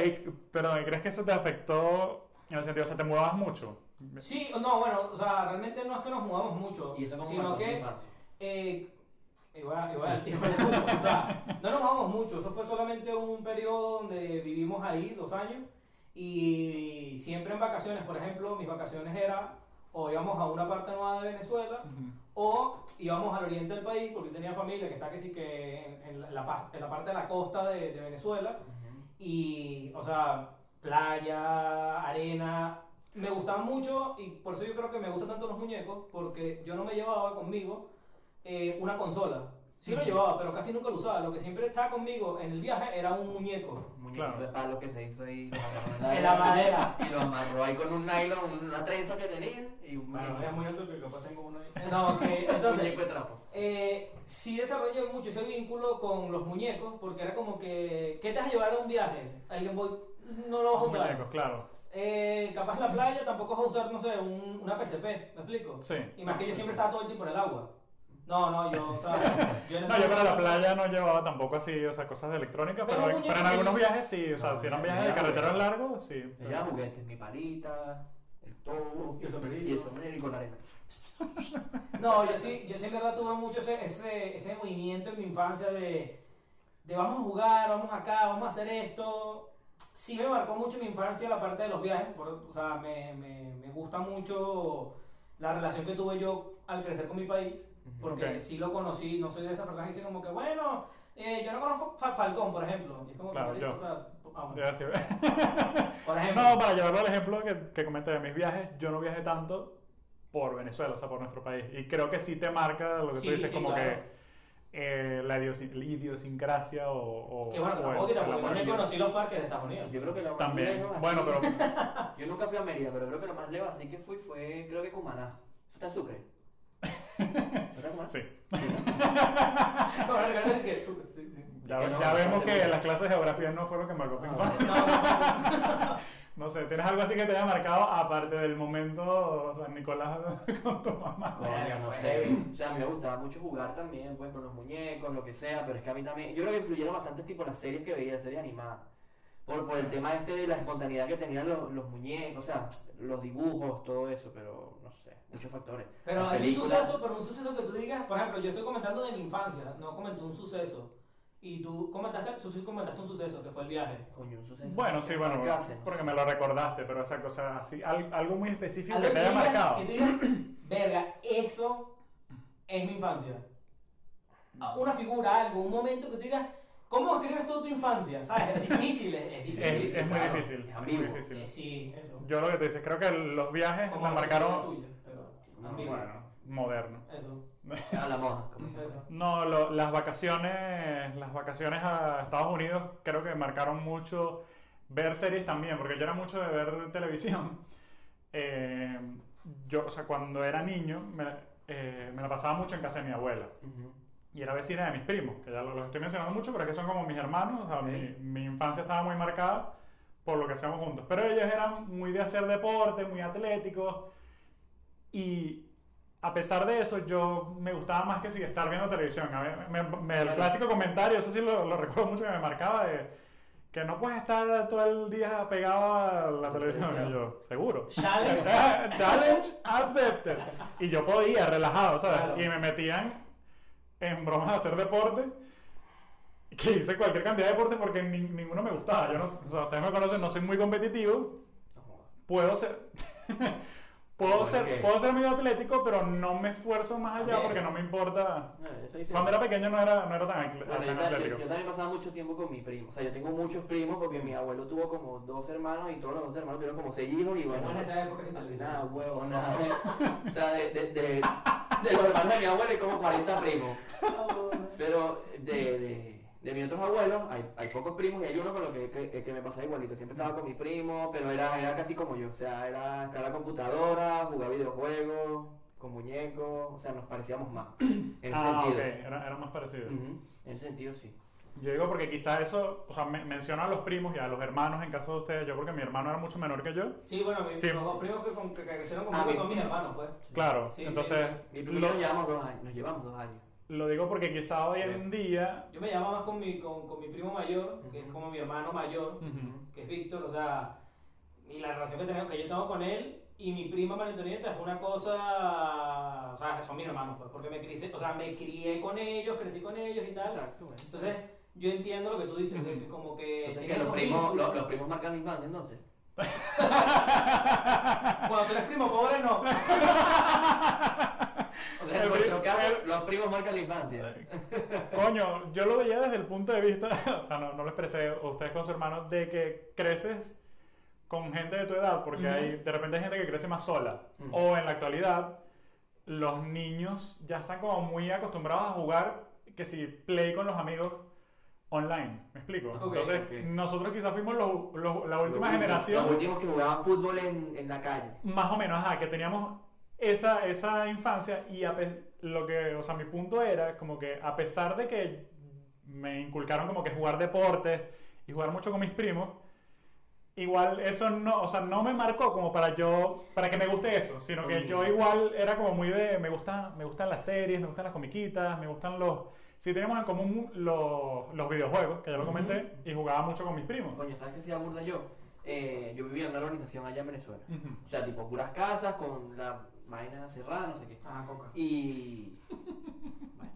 perdón, ¿y ¿crees que eso te afectó en el sentido, o sea, te mudabas mucho? Sí, no, bueno, o sea, realmente no es que nos mudamos mucho, Y eso como sino marcó tu que infancia. Eh, igual, igual, tío, o sea, no nos vamos mucho. Eso fue solamente un periodo donde vivimos ahí dos años. Y siempre en vacaciones, por ejemplo, mis vacaciones era o íbamos a una parte nueva de Venezuela o íbamos al oriente del país, porque tenía familia que está que sí que en, en la- la, par- en la parte de la costa de, de Venezuela. Y, o sea, playa, arena. Me gustaba mucho y por eso yo creo que me gustan tanto los muñecos, porque yo no me llevaba conmigo eh, una consola. Sí lo llevaba, pero casi nunca lo usaba. Lo que siempre estaba conmigo en el viaje era un muñeco. Un muñequito Claro. de palo que se hizo ahí. lo agarró En la madera. Y lo amarró ahí con un nylon, una trenza que tenía. Y un Bueno, es muñeco. muy alto que capaz tengo uno ahí. No, que Un entonces... muñeco de trapo. eh, sí desarrollé mucho ese vínculo con los muñecos, porque era como que, ¿qué te has llevado a un viaje? Alguien voy, no lo vas a Los usar. muñecos, claro. Eh, capaz la playa tampoco vas a usar, no sé, un- una PCP, ¿me explico? Sí. Y más que yo siempre estaba todo el tiempo en el agua. No, no, yo, o sea, yo No, yo para la playa no llevaba tampoco así, o sea, cosas de electrónica, Pero pero, pero, muñecos en sí. algunos viajes sí, o sea, No, si eran ya- viajes ya, de carreteras ya. largos, sí. Me llevaba juguetes, mi palita, el todo. Y el sombrerito. Y el sombrero y con la arena. No, yo sí, yo sí en verdad tuve mucho ese, ese, ese movimiento en mi infancia de, de vamos a jugar, vamos acá, vamos a hacer esto. Sí me marcó mucho mi infancia la parte de los viajes, por- o sea, me, me, me gusta mucho la relación que tuve yo al crecer con mi país, porque Ok. sí lo conocí, no soy de esas personas que dicen como que, bueno, eh, yo no conozco Fa- Falcón, por ejemplo. Y es como que, Claro, "Marico, yo. o sea, ah, bueno". Ya, sí. por ejemplo. No, para llevarlo al ejemplo que, que comenté de mis viajes, yo no viajé tanto por Venezuela, o sea, por nuestro país. Y creo que sí te marca lo que Sí, tú dices, sí, como claro. que eh, la idiosin- la idiosincrasia o... o que bueno, o que tampoco el- dirá, porque yo el amor no libre. conocí los parques de Estados Unidos. Yo creo que lo más También. lejos. así- Bueno, pero Yo nunca fui a Mérida, pero creo que lo más lejos así que fui fue, creo que Cumaná. ¿Eso está en Sucre? ¿No está en Cumaná? sí. No, la verdad es que- sí, sí. Ya, Que no, ya no vemos se que puede. las clases de geografía no fue lo que Ah, marcó tu infancia. No sé, ¿tienes algo así que te haya marcado aparte del momento San Nicolás con tu mamá? Coño, no sé. pues, eh, O sea, a mí me gustaba mucho jugar también, pues, con los muñecos, lo que sea, pero es que a mí también. Yo creo que influyeron bastante, tipo, las series que veía, las series animadas. Por, por el tema este de la espontaneidad que tenían los, los muñecos, o sea, los dibujos, todo eso, pero no sé, muchos factores. Pero Las hay un películas- suceso, pero un suceso que tú digas, por ejemplo, yo estoy comentando de mi infancia, no comenté un suceso. Y tú comentaste, tú sí comentaste un suceso, que fue el viaje. Coño, un suceso. Bueno, sí, bueno, Marcase, no porque sé. me lo recordaste, pero esa cosa así, al- algo muy específico Algo que te haya digas- marcado. que tú digas, verga, eso es mi infancia. Ah, Una figura, algo, un momento que tú digas, ¿cómo escribes tú tu infancia? ¿Sabes? Es difícil, es, es Es, difícil. es muy claro, difícil. es es muy ambiguo. difícil. Eh, sí, eso. Yo lo que te dices, creo que los viajes Como me la marcaron. tuya, pero- No, Ambiguo. Bueno, moderno. Eso, A la moda. como se eso. No, lo- las vacaciones, las vacaciones a Estados Unidos creo que marcaron mucho ver series también, porque yo era mucho de ver televisión. Eh, yo, o sea, cuando era niño me, eh, me la pasaba mucho en casa de mi abuela Ujú. y era vecina de mis primos, que ya lo- los estoy mencionando mucho, pero es que son como mis hermanos, o sea, Ok. mi, mi infancia estaba muy marcada por lo que hacíamos juntos, pero ellos eran muy de hacer deporte, muy atléticos, y a pesar de eso yo me gustaba más que si estar viendo televisión, A mí me- me- me- el Claro. clásico comentario, eso sí lo, lo recuerdo mucho que me marcaba, de que no puedes estar todo el día pegado a la La televisión, televisión. Y yo, seguro. Challenge. Challenge accepted. Y yo podía, relajado, ¿sabes? Claro. Y me metían en bromas a hacer deporte. Que hice cualquier cantidad de deporte porque ni- ninguno me gustaba. Yo no, o sea, ustedes me conocen, no soy muy competitivo. No joda. Puedo ser. puedo, Bueno, ser ¿qué? puedo ser medio atlético, pero no me esfuerzo más allá Bien. porque no me importa. No, eso dice- Cuando era pequeño no era, no era tan, atle- Bueno, yo, tan ta- yo- atlético. yo también pasaba mucho tiempo con mi primo. O sea, yo tengo muchos primos porque mi abuelo tuvo como dos hermanos y todos los dos hermanos tuvieron como seis hijos y bueno. Bueno, en esa época sin televisión. Nada, huevo, nada. O sea, de, de, de, de los hermanos de mi abuelo hay como 40 primos. Pero de, de, de mis otros abuelos hay, hay pocos primos y hay uno con lo que, que, que me pasaba igualito. Siempre estaba con mi primo, pero era, era casi como yo. O sea, era estar en la computadora, jugar videojuegos, con muñecos. O sea, nos parecíamos más. En ese Ah, ok, sentido. era, era más parecido. Ujú, En ese sentido, sí. Yo digo porque quizás eso, o sea, me, menciono a los primos y a los hermanos en caso de ustedes, yo porque mi hermano era mucho menor que yo. Sí, bueno, mis- Sí. los dos primos que, con- que crecieron Ah, conmigo bien. son mis hermanos, pues. Claro, Sí, sí. entonces Mi primo y yo lo, nos llevamos dos años. Nos llevamos dos años. lo digo porque quizá hoy en día... Yo me llevaba más con mi, con, con mi primo mayor, que es Ujú. como mi hermano mayor, Ujú. que es Víctor, o sea, y la relación que, tenemos, que yo tengo con él y mi prima María Antonieta es una cosa, o sea, son mis hermanos, pues, porque me crié, o sea, me crié con ellos, crecí con ellos y tal. Exacto, bueno. Entonces, yo entiendo lo que tú dices, que como que... Entonces, tenía que los esos primos, vínculos. los, los primos marcan la infancia, entonces. Cuando tú eres primo pobre, no. O sea, en El nuestro pri- caso, los primos marcan la infancia. Coño, yo lo veía desde el punto de vista, o sea, no, no lo expresé, o ustedes con su hermano, de que creces con gente de tu edad, porque Ujú. hay, de repente hay gente que crece más sola. Ujú. O en la actualidad, los niños ya están como muy acostumbrados a jugar, que si play con los amigos online, ¿me explico? Ok, Entonces, ok. nosotros quizás fuimos los- los- la última Los últimos- generación. Los últimos que jugaban fútbol en, en la calle. más o menos, ajá, que teníamos esa, esa infancia y a pe- lo que, o sea, mi punto era como que a pesar de que me inculcaron como que jugar deportes y jugar mucho con mis primos, igual eso no, o sea, no me marcó como para yo, para que me guste eso, sino que Mm. yo igual era como muy de, me gustan, me gustan las series, me gustan las comiquitas, me gustan los, sí teníamos en común los, los videojuegos, que ya lo Ujú. comenté, y jugaba mucho con mis primos. Coño, ¿sabes qué hacía burda yo? Eh, yo vivía en una organización allá en Venezuela. Ujú. O sea, tipo puras casas con la vaina cerrada, no sé qué. Ah, coca. Y. Bueno,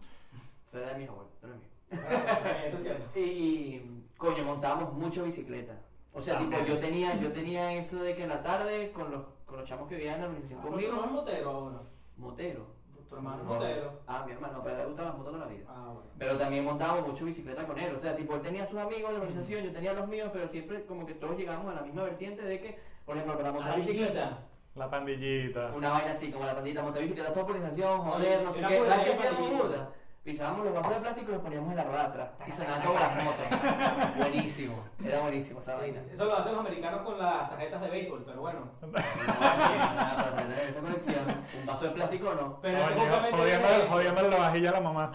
eso era de mis abuelos, no era mío. Eso es cierto. Y. Coño, montábamos mucho bicicleta. O sea, tipo, yo tenía, yo tenía eso de que en la tarde con los, con los chamos que vivían en la organización ¿Tu hermano conmigo, es motero ahora? motero. ¿Tu hermano es motero? Ah, mi hermano, pero le gustan las motos toda la vida. Ah, bueno. Pero también montábamos mucho bicicleta con él. O sea, tipo, él tenía sus amigos en la organización, yo tenía los míos, pero siempre como que todos llegábamos a la misma vertiente de que, por ejemplo, para montar bicicleta, La pandillita. una vaina así, como la pandita, montar bicicleta, toda organización, joder, Oye, no sé era qué. burda, ¿Sabes qué era hacíamos pandillita. burda? Pisábamos los vasos de plástico y los poníamos en la rueda atrás. Y sonaban como las motos. buenísimo. Era buenísimo esa vaina. Eso lo hacen los americanos con las tarjetas de béisbol, pero bueno. Nada, para tener esa conexión, un vaso de plástico no. Pero Coño, justamente jodiéndole- eso. jodiéndole la vajilla a la mamá.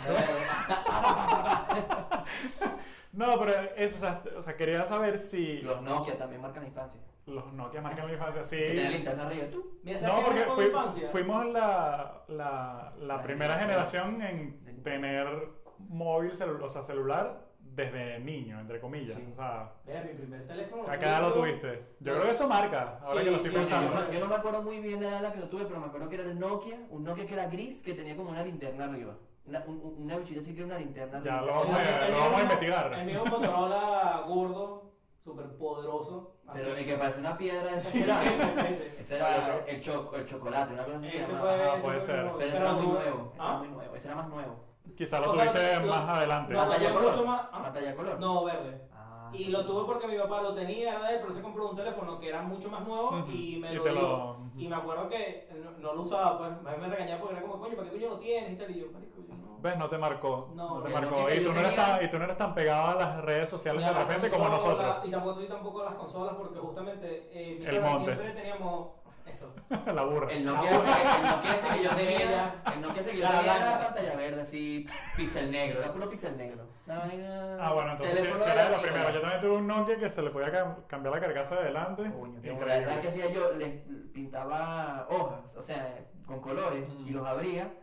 No, pero eso, o sea, o sea, quería saber si los, Los Nokia también marcan la infancia. Nokia marcan la infancia. Sí. Que tenía linterna arriba. Mira, ¿sabes No, qué porque marcó mi fui- infancia? fuimos la, la, la La primera generación. generación en tener móvil, celu- o sea, celular desde niño, entre comillas. Sí. O sea, Mira, mi primer teléfono. ¿a qué edad lo tuve- tuviste? Yo creo que eso marca, ahora que lo estoy Sí, Yo, yo- pensando. yo- yo no me acuerdo muy bien la edad en la que lo tuve, pero me acuerdo que era el Nokia, un Nokia que era gris, que tenía como una linterna arriba. Una, un, un- una bichita así que era una linterna Ya, arriba. lo vamos El- a, el lo vamos a mío- El investigar. mío es un Motorola gordo, súper poderoso. Pero el que parece una piedra de Sí, ese, ese. Ese era el, choco- el chocolate, una cosa así se Ese llamaba. fue. ese ajá, Ah, puede fue ser. mi Pero móvil. ese era muy tú- nuevo, ese era ¿Ah? muy nuevo, ese era más nuevo. Quizá lo O sea, tuviste lo- más adelante. No, ¿Pantalla fue color? mucho más- ¿ah? ¿Pantalla color? No, verde. Ah, Y lo tuve porque mi papá lo tenía, era de él, pero se compró un teléfono que era mucho más nuevo Ujú. y me Y lo te dio. lo- Y me acuerdo que no, no lo usaba, pues me, me regañaba porque era como, coño, ¿para qué coño lo tienes? Y tal, y yo, marico, yo no. ¿Ves? No te marcó. No, eh, No, te no, marcó. que- que Y yo tú, no eras tenía- tan, y tú no eras tan pegado a las redes sociales Ni de a las repente como consolas, nosotros. Y tampoco soy tampoco a las consolas porque justamente eh, en mi El casa monte. siempre teníamos eso. la burra. El Nokia ese que, el Nokia ese que yo tenía, el Nokia ese que yo Ah, La tenía era blanca. pantalla verde, así, pixel negro, era puro pixel negro. La vaina- Ah, bueno, entonces teléfono si, si era de los latino. primeros. Yo también tuve un Nokia que se le podía cam- cambiar la carcasa de adelante. Coño, qué bola. ¿Sabes qué Increíble. hacía yo? Le pintaba hojas, o sea, con colores, Mm. y los abría,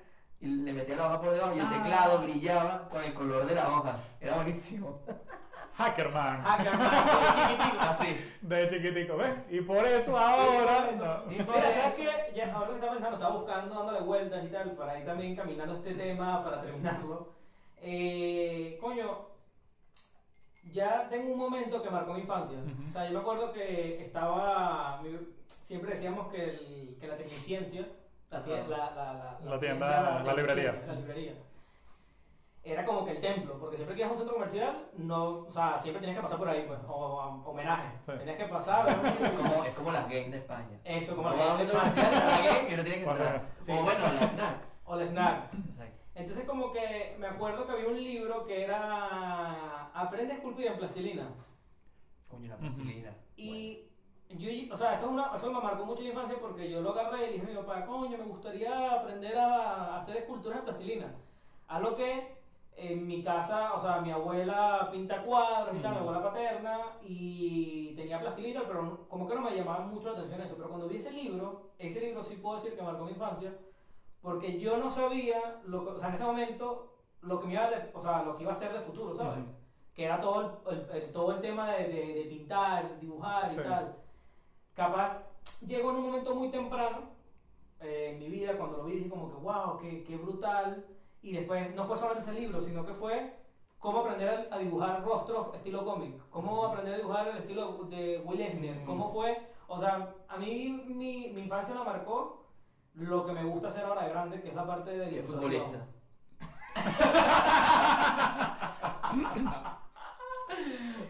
y le metía la hoja por debajo, y Ah. el teclado brillaba con el color de la hoja. Era buenísimo. Hackerman. Ah, caramba, Así. De chiquitico, ¿ves? Y por eso ahora. Y por Mira, ¿sabes eso- qué? Ya, ahora que estaba pensando, estaba buscando, dándole vueltas y tal, para ir también caminando este tema, para terminarlo. Eh, coño, ya tengo un momento que marcó mi infancia. O sea, yo me acuerdo que estaba. mi- Siempre decíamos que, el- que la tecniciencia, la, Ajá. tie- la, la, la, La tienda, la librería. tecniciencia, La librería. Era como que el templo, porque siempre que ibas a un centro comercial, no, o sea, siempre tenías que pasar por ahí, pues, o, o- homenaje. Sí. Tenías que pasar. Es ¿no? como, es como las games de España. Eso, como No la va a gente un comercial, pasa. a la game y no tiene que entrar. Ajá, sí. O bueno, a la snack. O el snack. Exacto. Entonces como que me acuerdo que había un libro que era Aprende a esculpir en plastilina. Coño, la Ujú. plastilina. Y yo, o sea, esto es una, eso me marcó mucho la infancia porque yo lo agarré y le dije a mi papá, coño, me gustaría aprender a hacer esculturas en plastilina. A lo que en mi casa, o sea, mi abuela pinta cuadros y tal, mi abuela paterna, y tenía plastilina, pero no- como que no me llamaba mucho la atención eso. Pero cuando vi ese libro, ese libro sí puedo decir que marcó mi infancia, porque yo no sabía, lo que- o sea, en ese momento, lo que, me iba, a de- o sea, lo que iba a ser de futuro, ¿sabes? Ujú. Que era todo el, el- el- todo el tema de, de- de pintar, dibujar Sí. y tal. Capaz, llegó en un momento muy temprano eh, en mi vida, cuando lo vi, dije como que, wow, qué, qué brutal. Y después, no fue solamente ese libro, sino que fue cómo aprender a, a dibujar rostros estilo cómic, cómo aprender a dibujar el estilo de Will Eisner, Mm. cómo fue, o sea, a mí mi, mi infancia me marcó lo que me gusta hacer ahora de grande, que es la parte de... Qué ilustración. futbolista.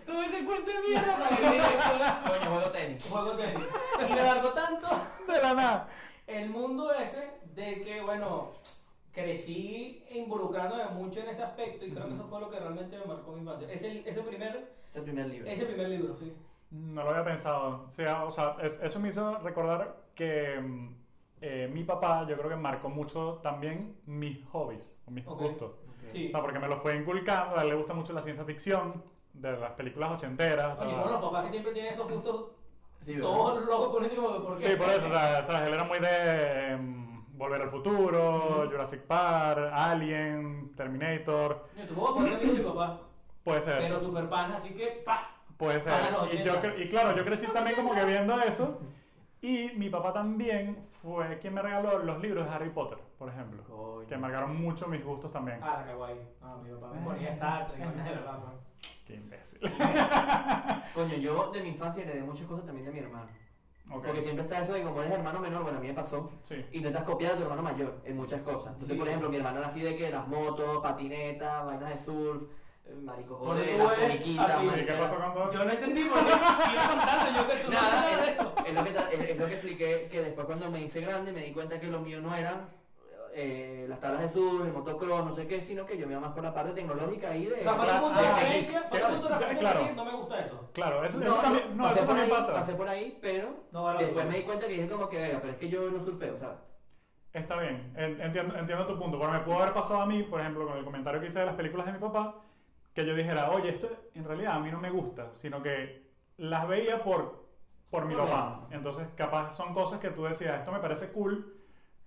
Todo ese cuento de mierda para que diga, Ah, Coño, juego tenis. Juego de... Y me marcó tanto De la nada. el mundo ese de que, bueno, crecí involucrándome mucho en ese aspecto y creo que eso fue lo que realmente me marcó mi infancia. Ese, ese, primer, Este es el primer libro. ese primer libro, sí. No lo había pensado. Sí, o sea, es- eso me hizo recordar que mm, eh, mi papá, yo creo que marcó mucho también mis hobbies, o mis Ok. gustos. O sí. sea, porque me lo fue inculcando. A él le gusta mucho la ciencia ficción, de las películas ochenteras. o sea, Oye, bueno, los papás que siempre tienen esos gustos Sí, ¿verdad? todos locos con ese tipo de- porque- sí, por eso. O sea, ¿sabes? Él era muy de em, Volver al Futuro, Jurassic Park, Alien, Terminator. Yo, tu papá puede ser amigo de mi papá, Puede ser. pero super pan, así que pa. Puede ser. Para los y, yo 80. cre- y claro, yo crecí también como que viendo eso. Y mi papá también fue quien me regaló los libros de Harry Potter, por ejemplo. Coño. Que marcaron mucho mis gustos también. Ah, la kawaii. No, mi papá me ponía a estar, de verdad, man. Qué imbécil. Coño, yo de mi infancia heredé muchas cosas también de mi hermano. Ok. Porque siempre está eso de como eres hermano menor, bueno, a mí me pasó. Sí. Intentas copiar a tu hermano mayor en muchas cosas. Entonces, Sí. por ejemplo, mi hermano era así de que las motos, patinetas, vainas de surf, eh, marico Porque joder, tú las eres comiquitas, así. ¿Y qué pasó con todo? Yo no entendí por qué iba contando yo que tú no sabes Nada, eh, de es, eso. es lo que, ta- es- es lo que expliqué, que después cuando me hice grande me di cuenta que lo mío no eran eh, las tablas de surf, el motocross, no sé qué, sino que yo me iba más por la parte tecnológica y de... O sea, fue un punto de de- Ah, referencia, fue un punto de claro. referencia para decir, no me gusta eso. Claro, eso, No, eso yo también, no, pasé eso por también ahí, pasa. Pasé por ahí, pero No, vale, después vale. me di cuenta que dije como que, "Venga, pero es que yo no surfeo, ¿sabes? Está bien, en- entiendo, entiendo tu punto. Pero me pudo haber pasado a mí, por ejemplo, con el comentario que hice de las películas de mi papá, que yo dijera, oye, esto en realidad a mí no me gusta, sino que las veía por, por mi Por papá. Entonces, capaz son cosas que tú decías, esto me parece cool,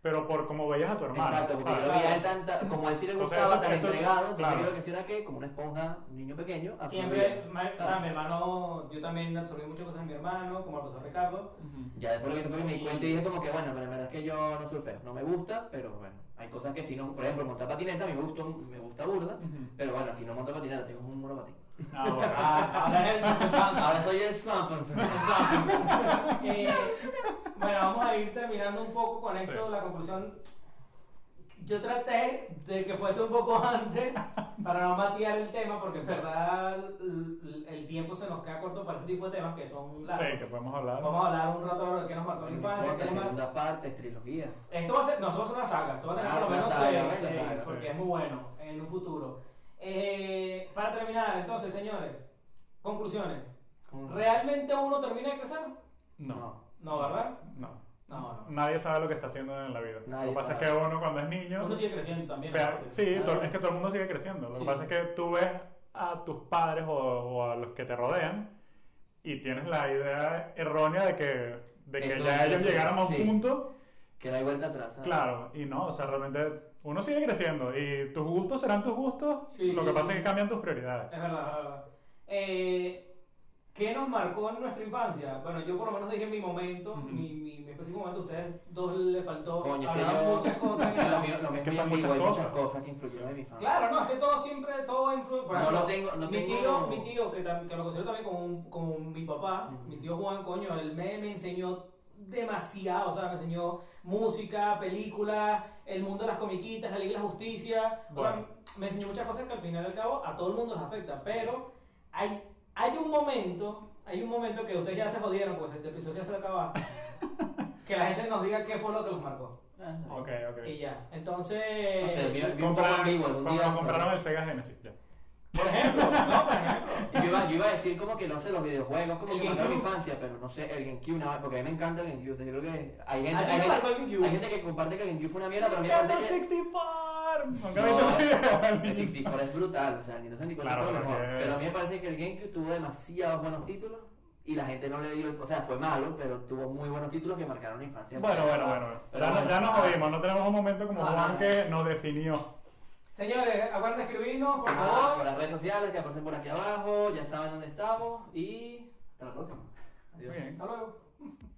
pero por cómo veías a tu hermano. Exacto, porque Ah, yo lo veía a él tanta, como a él sí le Entonces, gustaba, eso- tan eso- entregado, entonces claro. yo creo que sí era que, como una esponja, un niño pequeño, así Siempre, ma- Ah. ah, mi hermano, yo también absorbí muchas cosas de mi hermano, como el pasó Ricardo. Ya después lo que se fue que me di cuenta y dije como que bueno, pero la verdad es que yo no surfeo, no me gusta, pero bueno, hay cosas que si no, por ejemplo, montar patineta, a mí me gusta, me gusta burda, Ujú. pero bueno, aquí no monto patineta, tengo un monopatín. Ah, bueno. Ah, ahora es el superfan. Ahora soy el Swanson. Eh, bueno, vamos a ir terminando un poco con Sí. esto, la conclusión. Yo traté de que fuese un poco antes para no matear el tema, porque en verdad el, el tiempo se nos queda corto para este tipo de temas que son largos. Sí, que podemos hablar. Vamos a hablar un rato de lo que nos marcó la infancia. Podcast, qué nos mar- segunda parte, trilogía. Esto va a ser, no, esto va a ser una saga, esto va a tener Ah, por lo una menos saga, seis, una seis, saga, porque sí. es muy bueno en un futuro. Eh, para terminar, entonces, señores, conclusiones. ¿Cómo? ¿Realmente uno termina de crecer? No, No, ¿verdad? no. No, no. Nadie sabe lo que está haciendo en la vida. Nadie lo que pasa sabe. es que uno cuando es niño... Uno sigue creciendo también. Vea, aparte. sí, Claro. to- es que todo el mundo sigue creciendo. Lo que Sí. pasa es que tú ves a tus padres o, o a los que te rodean y tienes la idea errónea de que, de que Eso ya es ellos así, llegaron a un sí. Ah. punto. Que no hay vuelta atrás. ¿sabes? Claro, y no, o sea, realmente uno sigue creciendo y tus gustos serán tus gustos. Sí, lo que sí, pasa sí. es que cambian tus prioridades. Es verdad, es verdad. Eh, ¿Qué nos marcó en nuestra infancia? Bueno, yo por lo menos dije mi momento, Ujú. mi, mi, mi específico momento, a ustedes dos le faltó Coño, es que hablar yo. muchas cosas. en lo la- mío, lo mío que es son muy ambiguo, muchas hay muchas cosas. cosas que influyeron en mi familia. Claro, no, es que todo siempre, todo influye. por No ejemplo, lo tengo- no mi, tengo- Tío, mi tío, que, tam- que lo considero también como, un- como mi papá, Ujú. mi tío Juan, coño, él me, me enseñó demasiado, o sea, me enseñó música, películas, el mundo de las comiquitas, la Liga de la Justicia. o sea, Bueno. me enseñó muchas cosas que al final y al cabo a todo el mundo les afecta, pero hay, hay un momento, hay un momento que ustedes ya se jodieron, pues este episodio ya se acaba. que la gente nos diga qué fue lo que los marcó. Ok, ok. Y ya, entonces... No sé, mío- mío un poco Compraron, ambiguo, algún día cuando vamos a compraron hablar. el Sega Genesis. ya. Por ejemplo, no, por ejemplo. Y Yo iba, yo iba a decir como que no sé los videojuegos, como El que marcaron mi GameCube. infancia, pero no sé, el GameCube, nada, porque a mí me encanta el GameCube. O sea, yo creo que hay gente, ¿A ti hay, te gente, marcó el GameCube? hay gente que comparte que el GameCube fue una mierda, pero a mí me parece Nintendo que 64. Nunca No, he visto ese video. el 64 es brutal, o sea, el Nintendo 64 Claro, fue lo mejor. porque- Pero a mí me parece que el GameCube tuvo demasiados buenos títulos y la gente no le dio, o sea, fue malo, pero tuvo muy buenos títulos que marcaron la infancia. Bueno, bueno, bueno. Pero Ya, no- bueno. ya nos jodimos, no tenemos un momento como Ah. Juan que nos definió. Señores, aguarden escribirnos, por Ah, favor. por las redes sociales que aparecen por aquí abajo, ya saben dónde estamos y hasta la próxima. Adiós. Muy bien. Hasta luego.